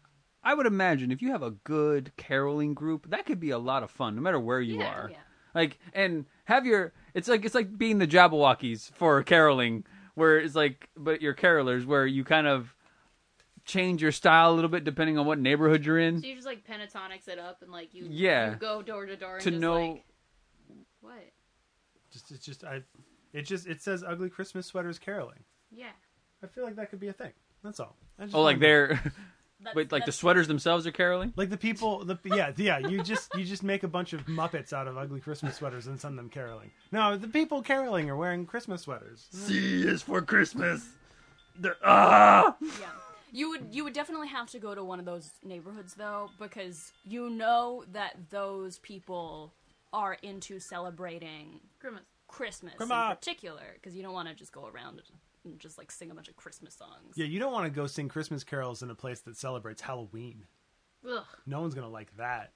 I would imagine if you have a good caroling group, that could be a lot of fun, no matter where you
Yeah.
are.
Yeah.
Like, and have your, it's like it's like being the Jabberwockies for caroling, where it's like, but you're carolers, where you kind of change your style a little bit depending on what neighborhood you're in
So you just like pentatonics it up and like you
Yeah.
you go door to door and
to
just,
know.
like, what
Just it's just I it just it says ugly Christmas sweaters caroling.
yeah
I feel like that could be a thing. That's all. I just
oh, like
wanted-
they're,
That's-
wait, like the
that's-
sweaters themselves are caroling.
like the people the yeah, yeah, you just you just make a bunch of muppets out of ugly Christmas sweaters and send them caroling. No, the people caroling are wearing Christmas sweaters.
C is for Christmas. The- ah!
Yeah. You would you would definitely have to go to one of those neighborhoods though because you know that those people are into celebrating
grimace
Christmas
Come
in
on.
particular because you don't want to just go around and just like sing a bunch of Christmas songs.
Yeah, you don't want to go sing Christmas carols in a place that celebrates Halloween.
Ugh.
No one's gonna like that.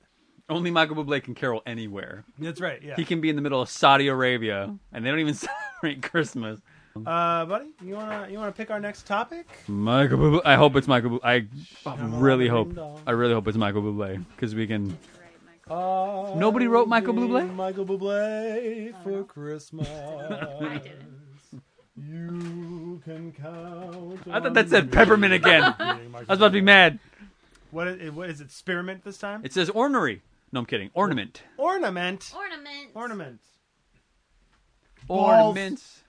Only Michael Bublé can carol anywhere.
That's right, yeah.
He can be in the middle of Saudi Arabia, and they don't even celebrate Christmas.
Uh, buddy, you wanna you wanna pick our next topic?
Michael Bublé. I hope it's Michael. Bublé. I really hope.
Ding-dong.
I really hope it's Michael Bublé because we can.
right Michael
Oh.
Uh,
Nobody wrote Michael Bublé?
Michael Bublé for Christmas.
I didn't
You can count.
I thought
on
that said
me.
peppermint again. I
I was
was about to be mad.
What is, what is it? Spearmint this time?
It says ornery. No, I'm kidding. Ornament.
ornament.
ornament
Ornament. Balls.
Ornaments.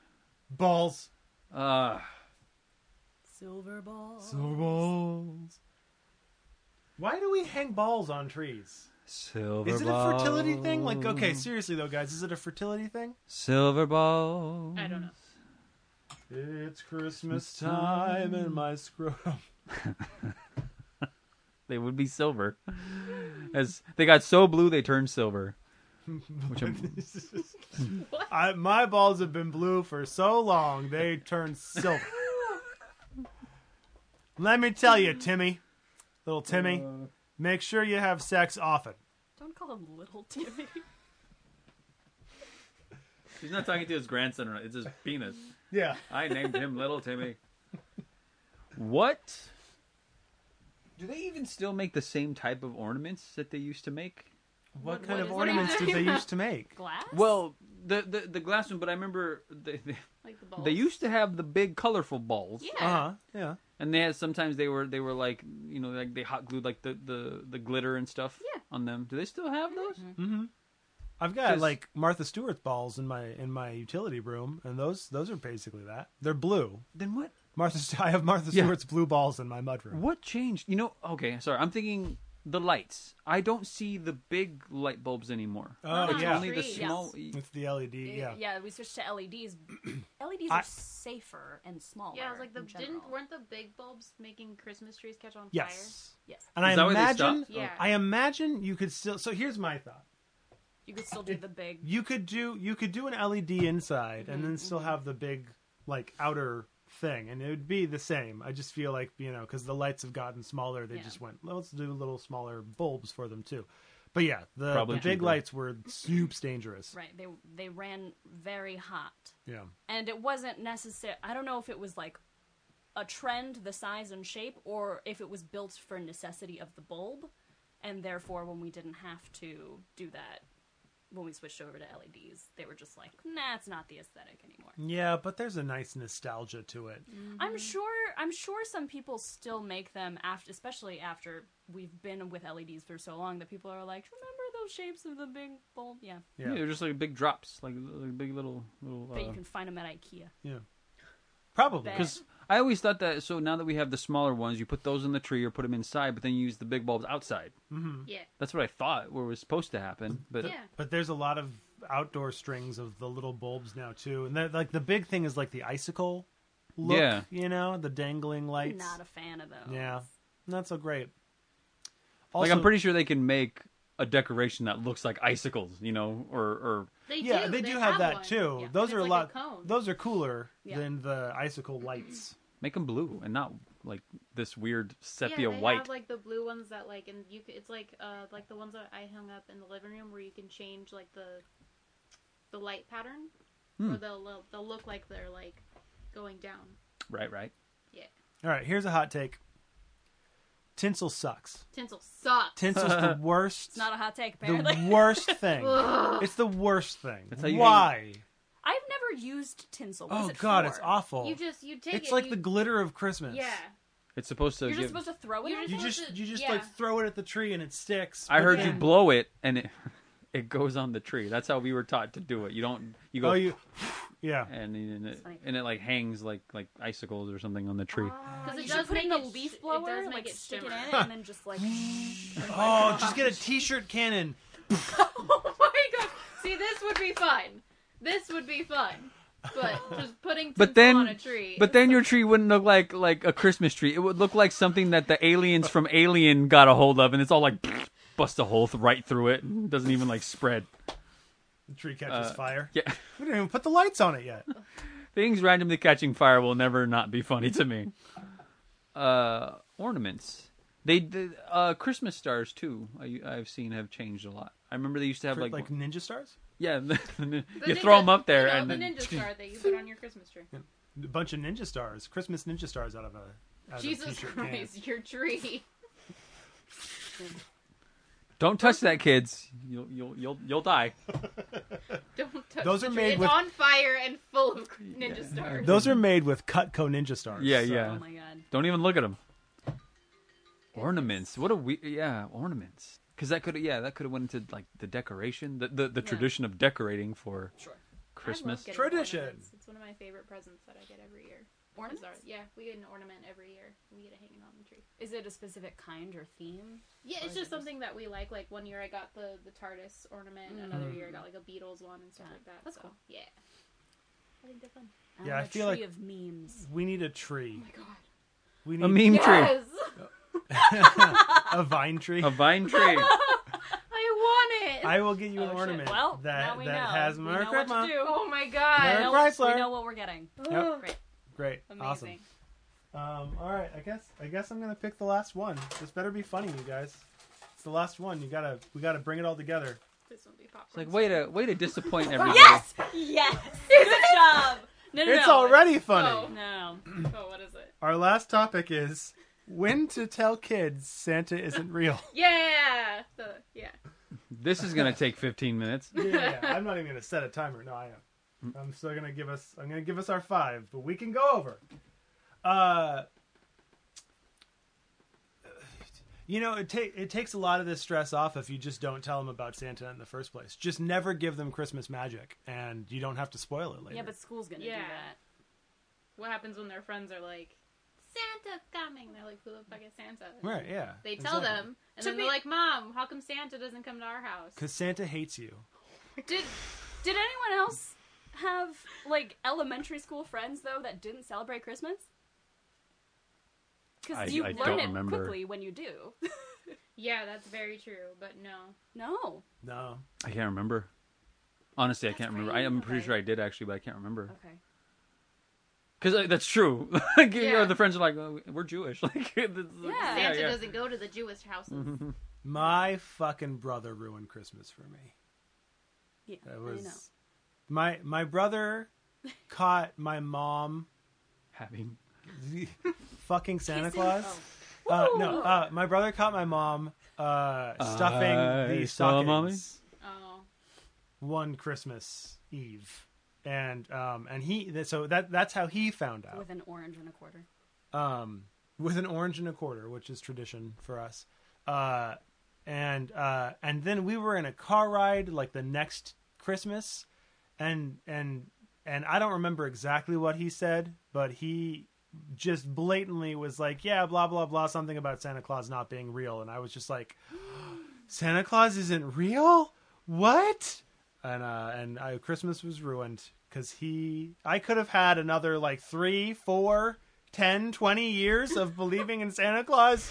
Balls.
Uh,
Silver ball.
Silver balls. Why do we hang balls on trees?
silver.
Is it a fertility thing? Like, okay, seriously though, guys, is it a fertility thing?
Silver ball.
I don't know
It's Christmas time in my scrotum.
They would be silver. As they got so blue, they turned silver. Which I'm,
I, my balls have been blue for so long they turned silver. Let me tell you, Timmy, little Timmy,
Uh.
make sure you have sex often.
Don't call him little Timmy.
he's not talking to his grandson. Or not. It's his penis.
Yeah.
I named him Little Timmy. What? Do they even still make the same type of ornaments that they used to make?
What, kind
what
of
is-
ornaments did they used to make?
Glass?
Well, the the, the glass one, but I remember they, they
like the balls
they used to have the big colorful balls,
yeah
Uh huh. Yeah.
and they had sometimes they were they were like you know like they hot glued like the the, the glitter and stuff
Yeah.
on them. Do they still have those?
Mm-hmm. I've got
'Cause-
like Martha Stewart's balls in my in my utility room, and those those are basically that. They're blue.
Then what
Martha, St- I have Martha
Yeah.
Stewart's blue balls in my mudroom.
What changed? You know, okay, sorry. I'm thinking the lights. I don't see the big light bulbs anymore.
Oh
It's
yeah,
Only the
Trees.
small.
it's the LED.
Eh, yeah.
Yeah.
we switched to E LEDs. LEDs
I-
E are safer and smaller.
yeah I was like the
in
didn't
general.
weren't the big bulbs making Christmas trees catch on
Yes.
Yes.
And
Is
I
that where they
imagine,
stopped?
Yeah.
I imagine you could still. So here's my thought:
You could still do the big.
you could do you could do an LED inside, and
Mm-hmm,
then still have the big like outer thing, and it would be the same. I just feel like you know because the lights have gotten smaller, they
Yeah.
just went let's do little smaller bulbs for them too. But yeah, the, the
Probably
big
cheaper.
lights were soups dangerous.
Right. They they ran very hot.
Yeah,
and it wasn't necessary. I don't know if it was like a trend, the size and shape, or if it was built for necessity of the bulb, and therefore when we didn't have to do that, when we switched over to LEDs, they were just like, nah, it's not the aesthetic anymore.
yeah, but there's a nice nostalgia to it.
I'm sure. I'm sure some people still make them after, especially after we've been with LEDs for so long that people are like, remember those shapes of the big bulb? Yeah,
Yeah.
Yeah,
they're just like big drops, like, like big little little.
but
uh,
you can find them at IKEA.
probably.
Bet.
Because I I always thought that. So now that we have the smaller ones, you put those in the tree or put them inside, but then you use the big bulbs outside.
Yeah.
That's what I thought what was supposed to
Mm-hmm.
happen. But
Yeah.
But there's a lot of outdoor strings of the little bulbs now too, and they're- like the big thing is like the icicle look.
Yeah.
You know, the dangling
I'm
lights.
not a fan of those.
yeah, not so great.
like,
Also-
I'm pretty sure they can make a decoration that looks like icicles, you know, or or
They
yeah,
do.
they do have, that
one.
too.
Yeah.
Those
It's
are a
like
lot.
cone.
Those are cooler
Yeah.
than the icicle lights.
make them blue and not like this weird
yeah,
sepia
they
white.
have like the blue ones that like, and you. c- It's like uh, like the ones that I hung up in the living room where you can change like the, the light pattern,
Hmm.
or they'll lo- they'll look like they're like, going down.
Right, right.
Yeah.
All right, here's a hot take. Tinsel sucks.
Tinsel sucks.
Tinsel's the worst.
It's not a hot take, apparently.
the worst thing.
Ugh.
it's the worst thing.
That's how you-
Why?
I've never used tinsel. What is
Oh
it
God,
for?
it's awful.
You just you take
it's
it.
like
you,
the glitter of Christmas.
yeah.
It's supposed to.
You're just
give-
supposed to throw it.
You're
at
You
them?
just
Supposed to-
you just
yeah.
like throw it at the tree and it sticks.
I
but
heard you
then-
blow it and it it goes on the tree. That's how we were taught to do it. You don't you go
Oh, you. Yeah.
and and it,
funny.
and it like hangs like like icicles or something on the tree.
Because
it
Uh, you
does
should put it in a
make it sh- it
leaf
does
blower,
make
like
it
stick it in,
shimmer.
it and then just like.
Oh, just get a T-shirt cannon.
Oh my god. See, this would be fun. This would be fun. But just putting tinsel
But then-
on a tree.
But then your tree wouldn't look like like a Christmas tree. It would look like something that the aliens from Alien got a hold of, and it's all like bust a hole th- right through it. It doesn't even like spread.
The tree catches
Uh,
fire.
Yeah,
We didn't even put the lights on it yet.
things randomly catching fire will never not be funny to me. Uh, ornaments. They did- uh Christmas stars too. I, I've seen have changed a lot. I remember they used to have
Like,
like,
like ninja stars.
yeah, the, you
The
throw
ninja-
them up there
you know,
and
the
then
ninja star that you put on your Christmas tree.
A bunch of ninja stars. Christmas ninja stars out of a. Out of a
Jesus
t-shirt cannon.
Christ, your tree.
don't touch that, kids. You'll you'll you'll you'll die.
Don't touch
Those
the
are
tree.
made
it's
with-
on fire and full of cr- ninja stars.
Those are made with Cutco ninja stars.
Yeah,
so-
yeah.
Oh my god.
Don't even look at them. Ornaments. What a we yeah ornaments. Because that could yeah that could have went into like the decoration the the, the tradition of decorating for
Sure.
I
Christmas.
love getting
Tradition.
ornaments. It's one of my favorite presents that I get every year. Is
Ornaments?
our- yeah, we get an ornament every year. We get it hanging on the tree.
Is it a specific kind or theme?
Yeah, it's just something that we like. Like one year I got the the TARDIS ornament, another year I
Mm.
got like a Beatles one and stuff
Yeah,
like that.
that's
so,
cool.
Mm. Yeah, I think they're fun.
I
Yeah,
want
I
a
feel
tree
like-
of memes.
We need a tree.
Oh my god.
We need
A meme tree,
Yes,
a vine tree.
a vine tree.
I want it.
I will get you
Oh,
an
shit.
ornament
Well,
that
now we
that
know.
has
We
Merry
know what to
Christmas.
do.
oh my
We
Merry
know
god.
what-
Chrysler.
We know what we're getting.
Yep.
Great.
Great,
Amazing.
awesome. Um, all right, I guess I guess I'm gonna pick the last one. This better be funny, you guys. It's the last one. You gotta we gotta bring it all together.
This will be popcorn.
It's like way to way to disappoint everybody.
Yes. Yes. Good job. No, no,
It's
no.
already funny.
Oh.
No.
Oh, what is it?
Our last topic is when to tell kids Santa isn't real.
Yeah. The yeah.
This is gonna take 15 minutes.
yeah, yeah, yeah. I'm not even gonna set a timer. No, I am. I'm still gonna give us. I'm gonna give us our five, but we can go over. Uh, you know, it ta- it takes a lot of this stress off if you just don't tell them about Santa in the first place. Just never give them Christmas magic, and you don't have to spoil it later.
Yeah, but school's gonna do
Yeah.
that.
What happens when their friends are like, Santa's coming? They're like, who the fuck is Santa?
right, yeah.
They tell them, and
To
then
be-
they're like, Mom, how come Santa doesn't come to our house?
because Santa hates you.
Did Did anyone else have like elementary school friends though that didn't celebrate Christmas?
I-
Because you
I
learn
don't
it
remember.
quickly when you do.
Yeah, that's very true. But no.
no.
No,
I can't remember. Honestly, I can't remember. I,
right.
am pretty
Okay.
sure I did actually, but I can't remember.
Okay.
Because that's true. like, you know,
Yeah.
the friends are like, "Oh, we're Jewish. Like, this is-
Yeah.
Santa
yeah.
doesn't go to the Jewish houses.
my fucking brother ruined Christmas for me.
Yeah.
That
I know.
was my my brother caught my mom
having
fucking Santa Claus.
Oh.
Uh, no, uh, my brother caught my mom uh, stuffing
I
the
saw
stockings
mommy.
Oh.
one Christmas Eve, and um, and he th- so that that's how he found out
With an orange and a quarter.
um, with an orange and a quarter, which is tradition for us. Uh, and uh, and then we were in a car ride like the next Christmas, and and and I don't remember exactly what he said, but he just blatantly was like, yeah, blah blah blah, something about Santa Claus not being real, and I was just like, Santa Claus isn't real? What? And uh, and I, Christmas was ruined because he, I could have had another like three, four, ten, twenty years of believing in Santa Claus,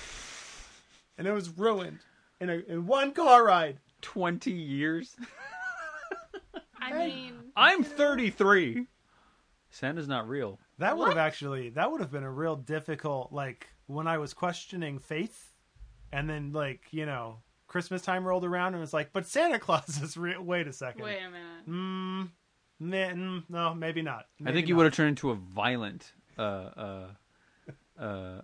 and it was ruined in a, in one car ride.
Twenty years.
I mean,
I'm 33. Santa's not real.
That would have actually that would have been a real difficult like when I was questioning faith and then like, you know, Christmas time rolled around and was like, "But Santa Claus is real." Wait a second.
wait a minute.
Mm, meh, mm, no, maybe not.
I think you would have turned into a violent, uh, uh, uh, uh,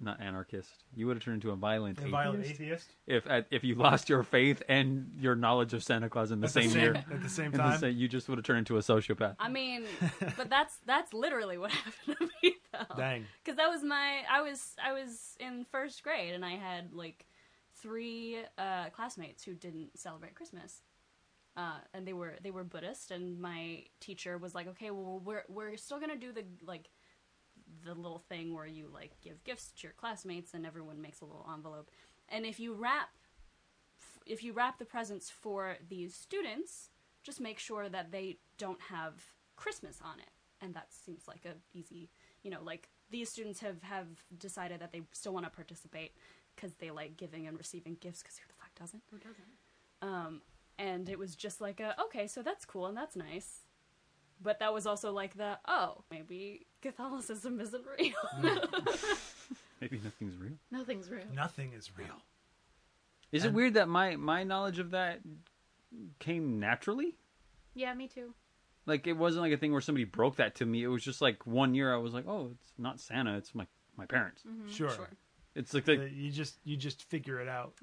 not anarchist. You would have turned into a violent,
a violent
atheist
atheist
if at, if you lost your faith and your knowledge of Santa Claus in the
at
same
the same,
year.
at the same
In the
time.
same, you just would have turned into a sociopath.
I mean, but that's that's literally what happened to me though.
Dang.
Because that was my I was I was in first grade and I had like three uh, classmates who didn't celebrate Christmas. Uh, and they were they were Buddhist, and my teacher was like, "Okay, well, we're we're still gonna do the like the little thing where you like give gifts to your classmates, and everyone makes a little envelope. And if you wrap if you wrap the presents for these students, just make sure that they don't have Christmas on it. And that seems like a easy, you know, like these students have have decided that they still want to participate because they like giving and receiving gifts. Because who the fuck doesn't?
Who doesn't?
Um, and it was just like a okay, so that's cool and that's nice, but that was also like the oh maybe Catholicism isn't real.
Maybe nothing's real.
Nothing's real.
Nothing is real.
Is it weird that my my knowledge of that came naturally?
Yeah, me too.
Like it wasn't like a thing where somebody broke that to me. It was just like one year I was like, oh, it's not Santa, it's my my parents.
Sure.
Sure.
It's like, like
That You just you just figure it out.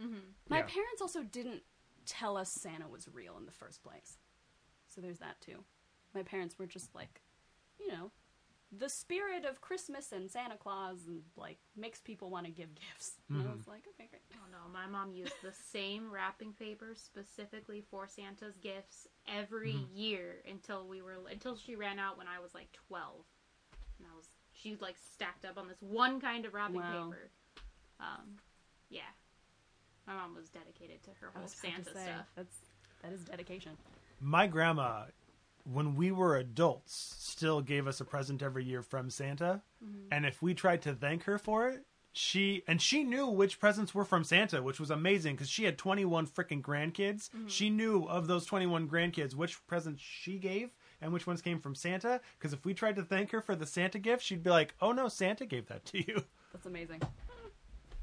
My
Yeah.
parents also didn't tell us Santa was real in the first place. So there's that too. My parents were just like, you know, the spirit of Christmas and Santa Claus and like makes people want to give gifts. And I
Mm-hmm.
was like, okay, great.
Oh no, my mom used the same wrapping paper specifically for Santa's gifts every
Mm-hmm.
year until we were until she ran out when I was like twelve, and I was she like stacked up on this one kind of wrapping
Wow.
paper. Um, yeah, my mom was dedicated to her
I
whole
was about to
Santa
say,
stuff.
That's that is dedication.
My grandma, when we were adults, still gave us a present every year from Santa. And if we tried to thank her for it, she and she knew which presents were from Santa, which was amazing because she had 21 freaking grandkids. She knew of those 21 grandkids which presents she gave and which ones came from Santa. Because if we tried to thank her for the Santa gift, she'd be like, "Oh no, Santa gave that to you."
That's amazing.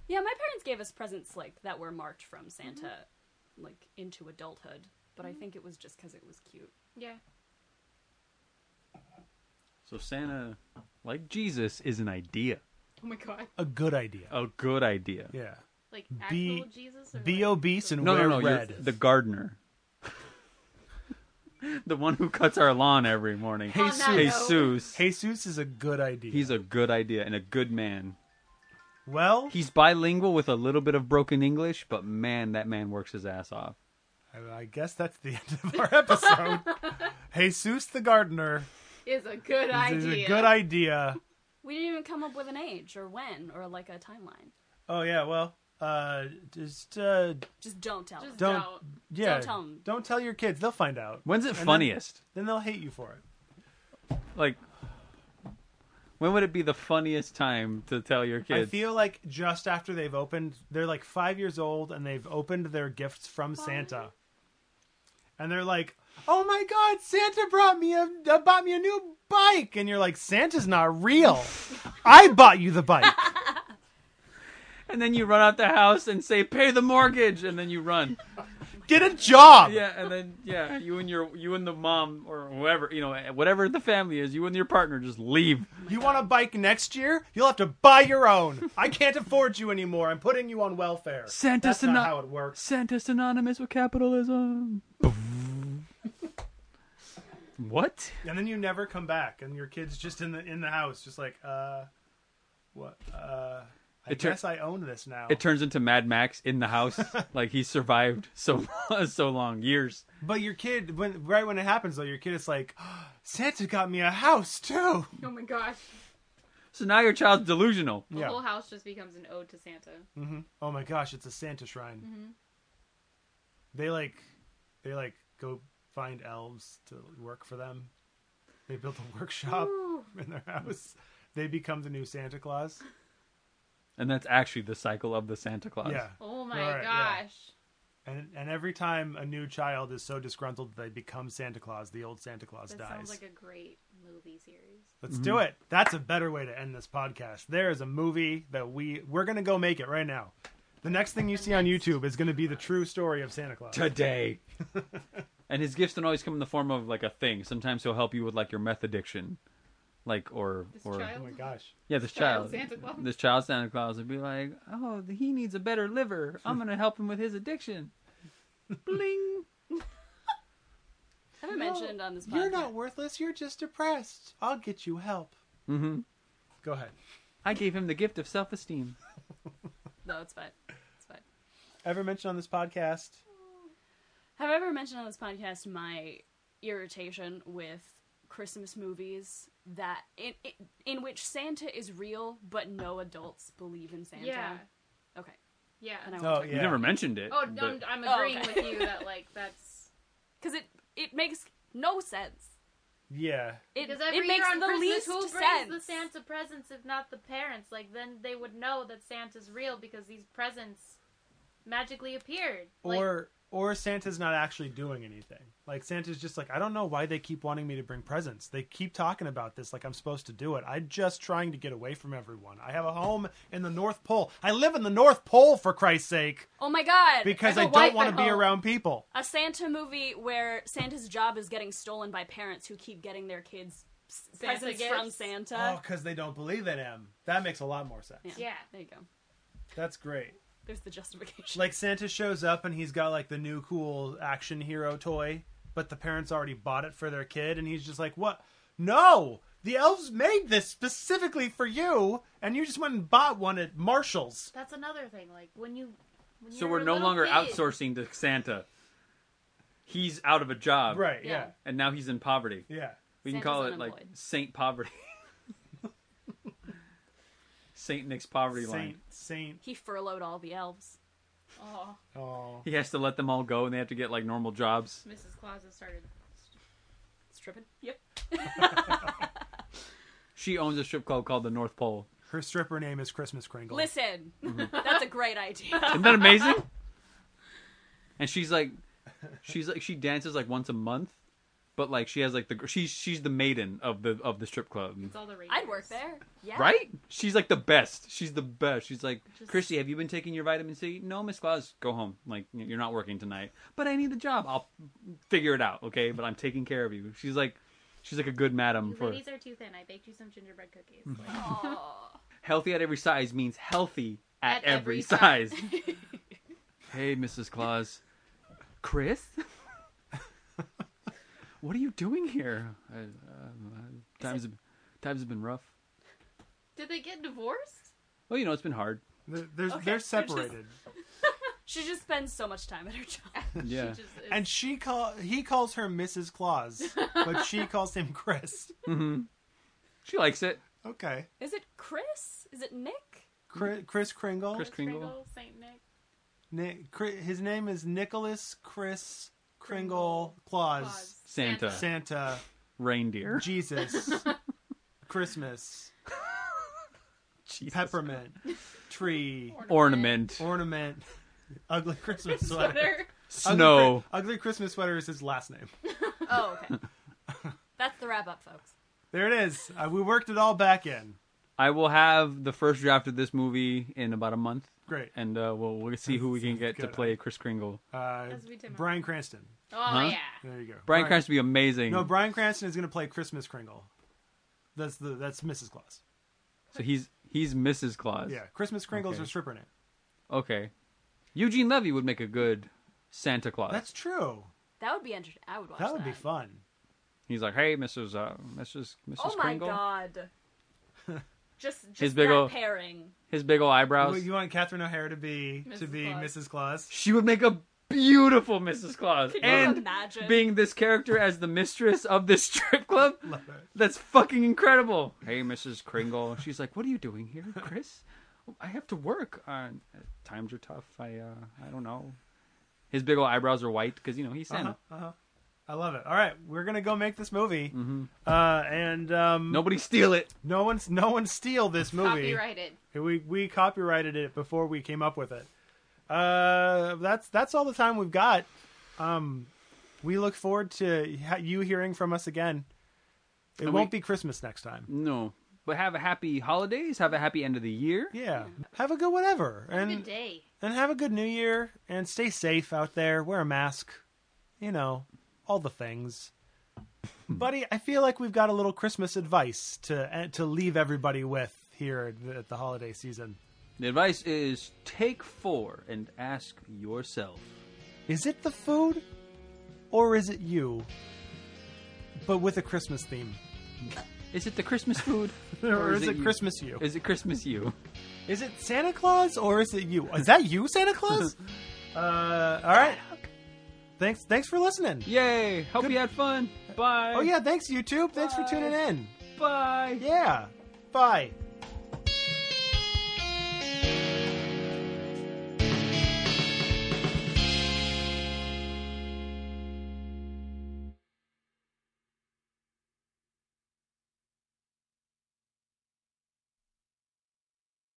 Yeah, my parents gave us presents like that were marked from Santa
Mm-hmm.
like into adulthood, but I think it was just cuz it was cute.
Yeah,
so Santa, like Jesus, is an idea,
oh my god,
A good idea.
a good idea.
Yeah.
like
Be-
actual Jesus. Or
Be
like,
obese and
No,
wear
no, no, you're
red.
the gardener, the one who cuts our lawn every morning.
On that note-
Jesus,
Jesus is a good idea.
he's a good idea and a good man.
well.
He's bilingual with a little bit of broken English, but man, that man works his ass off.
I I guess that's the end of our episode. Jesus the gardener
is a good
is,
idea.
is a good idea.
We didn't even come up with an age or when or like a timeline.
Oh yeah, well, uh, just uh,
Just don't tell
Just
them.
Don't-
don't.
yeah,
Don't tell 'em.
Don't tell your kids; they'll find out.
When's it
then-
funniest?
Then they'll hate you for it.
Like, when would it be the funniest time to tell your
I
kids?
feel like just after they've opened, they're like five years old, and they've opened their gifts from Santa, and they're like, "Oh my God, Santa brought me a uh, bought me a new bike," and you're like, "Santa's not real. I bought you the bike."
and then you run out the house and say, "Pay the mortgage," and then you run.
Get a job.
Yeah, and then yeah, you and your you and the mom or whoever you know whatever the family is, you and your partner just leave.
You want a bike next year? You'll have to buy your own. I can't afford you anymore. I'm putting you on welfare.
Santa
That's not
Sano-
how it works.
Santa synonymous with capitalism. what?
And then you never come back, and your kid's just in the in the house, just like, uh, what? Uh, I
It tur-
guess I own this now.
It turns into Mad Max in the house. like he survived so so long years.
but your kid, when right when it happens though, your kid is like, Santa got me a house too.
Oh my gosh,
So now your child's delusional.
The
Yeah.
whole house just becomes an ode to Santa.
hmm Oh my gosh, it's a Santa shrine. They like, they like go find elves to work for them. They build a workshop in their house. They become the new Santa Claus.
And that's actually the cycle of the Santa Claus.
Yeah,
Oh my
Right, yeah.
gosh.
and and every time a new child is so disgruntled that they become Santa Claus, the old Santa Claus
That
dies.
sounds like a great movie series.
Mm-hmm.
Let's do it. That's a better way to end this podcast. There is a movie that we we're gonna go make it right now. The next thing you see on YouTube is gonna be the true story of Santa Claus.
Today. and his gifts don't always come in the form of like a thing. Sometimes he'll help you with like your meth addiction. Like or
This
or
Oh
child-
my gosh.
yeah, this child,
child Santa Claus.
this child Santa Claus would be like, "Oh, he needs a better liver. I'm gonna help him with his addiction." Bling.
Have I mentioned on this podcast?
You're not worthless. You're just depressed. I'll get you help.
Mm-hmm.
Go ahead.
I gave him the gift of self-esteem.
No, it's fine. It's fine.
Ever mentioned on this podcast?
Have I ever mentioned on this podcast my irritation with Christmas movies that in, in, in which Santa is real but no adults believe in Santa?
Yeah.
Okay.
Yeah.
And I
Oh
won't
yeah.
You never mentioned it.
Oh,
but-
I'm, I'm
Oh,
agreeing
okay.
with you that like that's
because it it makes no sense.
Yeah.
It,
because every
it makes
year on
the
Christmas,
least
who brings
sense.
the Santa presents if not the parents? Like then they would know that Santa's real because these presents magically appeared. Like,
Or or Santa's not actually doing anything. Like Santa's just like I don't know why they keep wanting me to bring presents. They keep talking about this like I'm supposed to do it. I'm just trying to get away from everyone. I have a home in the North Pole. I live in the North Pole for Christ's sake
Oh my god!
because
I
I
have a wife
don't want
at
to be
home.
around people.
a Santa movie where Santa's job is getting stolen by parents who keep getting their kids s-
Santa
presents
gifts.
from
Oh,
Santa.
because they don't believe in him. That makes a lot more sense.
yeah.
There you go.
That's great.
There's the justification.
Like Santa shows up and he's got like the new cool action hero toy, but the parents already bought it for their kid, and he's just like, "What? No, the elves made this specifically for you, and you just went and bought one at Marshalls."
That's another thing. Like when you. When
so
you're
we're
a
no
little
longer
kid-
outsourcing to Santa. He's out of a job,
Right? Yeah,
Yeah.
And now he's in poverty.
yeah.
We can
Santa's
call it like
unemployed.
Saint Poverty. Saint Nick's poverty
Saint,
line.
Saint.
He furloughed all the elves.
Oh,
Oh,
He has to let them all go, and they have to get like normal jobs.
Mrs. Claus has started.
Stripping. Yep.
She owns a strip club called the North Pole.
her stripper name is Christmas Kringle.
Listen,
Mm-hmm.
that's a great idea.
Isn't that amazing? and she's like, she's like, she dances like once a month, but like she has like the she's she's the maiden of the of the strip club.
It's all the reindeers.
I'd work there. Yeah.
Right? She's like the best. She's the best. She's like,
Just-
Christy, have you been taking your vitamin C? No, Miss Claus, go home. Like, y- you're not working tonight. But I need the job. I'll figure it out, okay? But I'm taking care of you. She's like, she's like a good madam
You
for
ladies are too thin. I baked you some gingerbread cookies. Like,
Aw.
healthy at every size means healthy at,
At
every,
every
size. hey, Mrs. Claus. Chris? what are you doing here? I, um, uh, times, have, times have been rough.
did they get divorced?
Well, you know, it's been hard.
They're, they're,
Okay,
they're
they're just-
separated,
She just spends so much time at her job.
Yeah.
She just is-
and she call he calls her Mrs. Claus, but she calls him Chris.
Mm-hmm. She likes it.
Okay,
Is it Chris? Is it Nick?
Chris, Chris Kringle.
Chris Kringle.
Saint Nick.
Ni- Chri- his name is Nicholas Chris Kringle Claus
Santa.
Santa
Reindeer.
Jesus Christmas
Jesus.
peppermint tree
ornament,
ornament ugly Christmas sweater.
Sweater.
Ugly
snow.
Chri- ugly Christmas sweater is his last name.
Oh, okay. That's the wrap up, folks.
There it is. Uh, we worked it all back in.
I will have the first draft of this movie in about a month,
Great.
and uh, we'll we'll see who we can get to
good.
play Chris Kringle.
Uh,
As we did.
Brian Cranston.
Oh
Huh?
yeah.
There you go.
Brian Cranston would be amazing.
No, Brian Cranston is going to play Christmas Kringle. That's the that's Mrs. Claus.
so he's he's Mrs. Claus.
Yeah, Christmas Kringle's
Okay.
her stripper name.
Okay. Eugene Levy would make a good Santa Claus.
That's true.
That would be interesting. I would watch that.
That would be fun.
He's like, hey, Mrs. Uh, Mrs. Mrs.
Oh my
Kringle.
god. just just
His big
that
ol'
pairing.
His big old eyebrows.
You want Catherine O'Hara to be to
Mrs.
be
Claus.
Mrs. Claus?
She would make a beautiful Mrs. Claus.
Can you
and
imagine?
being this character as the mistress of this strip club.
Love it.
That's fucking incredible. Hey, Mrs. Kringle. She's like, "What are you doing here, Chris? I have to work. Uh, times are tough. I uh, I don't know." His big old eyebrows are white because you know he's Santa.
Uh-huh. I love it. All right, we're gonna go make this movie,
Mm-hmm.
uh, and um,
Nobody steal it.
no one's no one steal this movie.
Copyrighted.
We we copyrighted it before we came up with it. Uh, that's that's all the time we've got. Um, we look forward to ha- you hearing from us again. It
And
won't
we-
be Christmas next time.
No, but have a happy holidays. Have a happy end of the year.
Yeah, have a good whatever, and
Good day.
and have a good New Year, and stay safe out there. Wear a mask, you know, all the things. Buddy, I feel like we've got a little Christmas advice to eh, to leave everybody with here at the- at the holiday season.
The advice is take four and ask yourself.
Is it the food or is it you? But with a Christmas theme.
Is it the Christmas food?
Or, is, it,
you?
Christmas you? Is,
Is it Christmas you?
it Santa Claus or is it you? Is that you, Santa Claus? uh, all right. Thanks thanks for listening.
Yay! Hope you had fun. Bye.
Oh yeah, thanks YouTube. Thanks for tuning in.
Bye.
Yeah. Bye.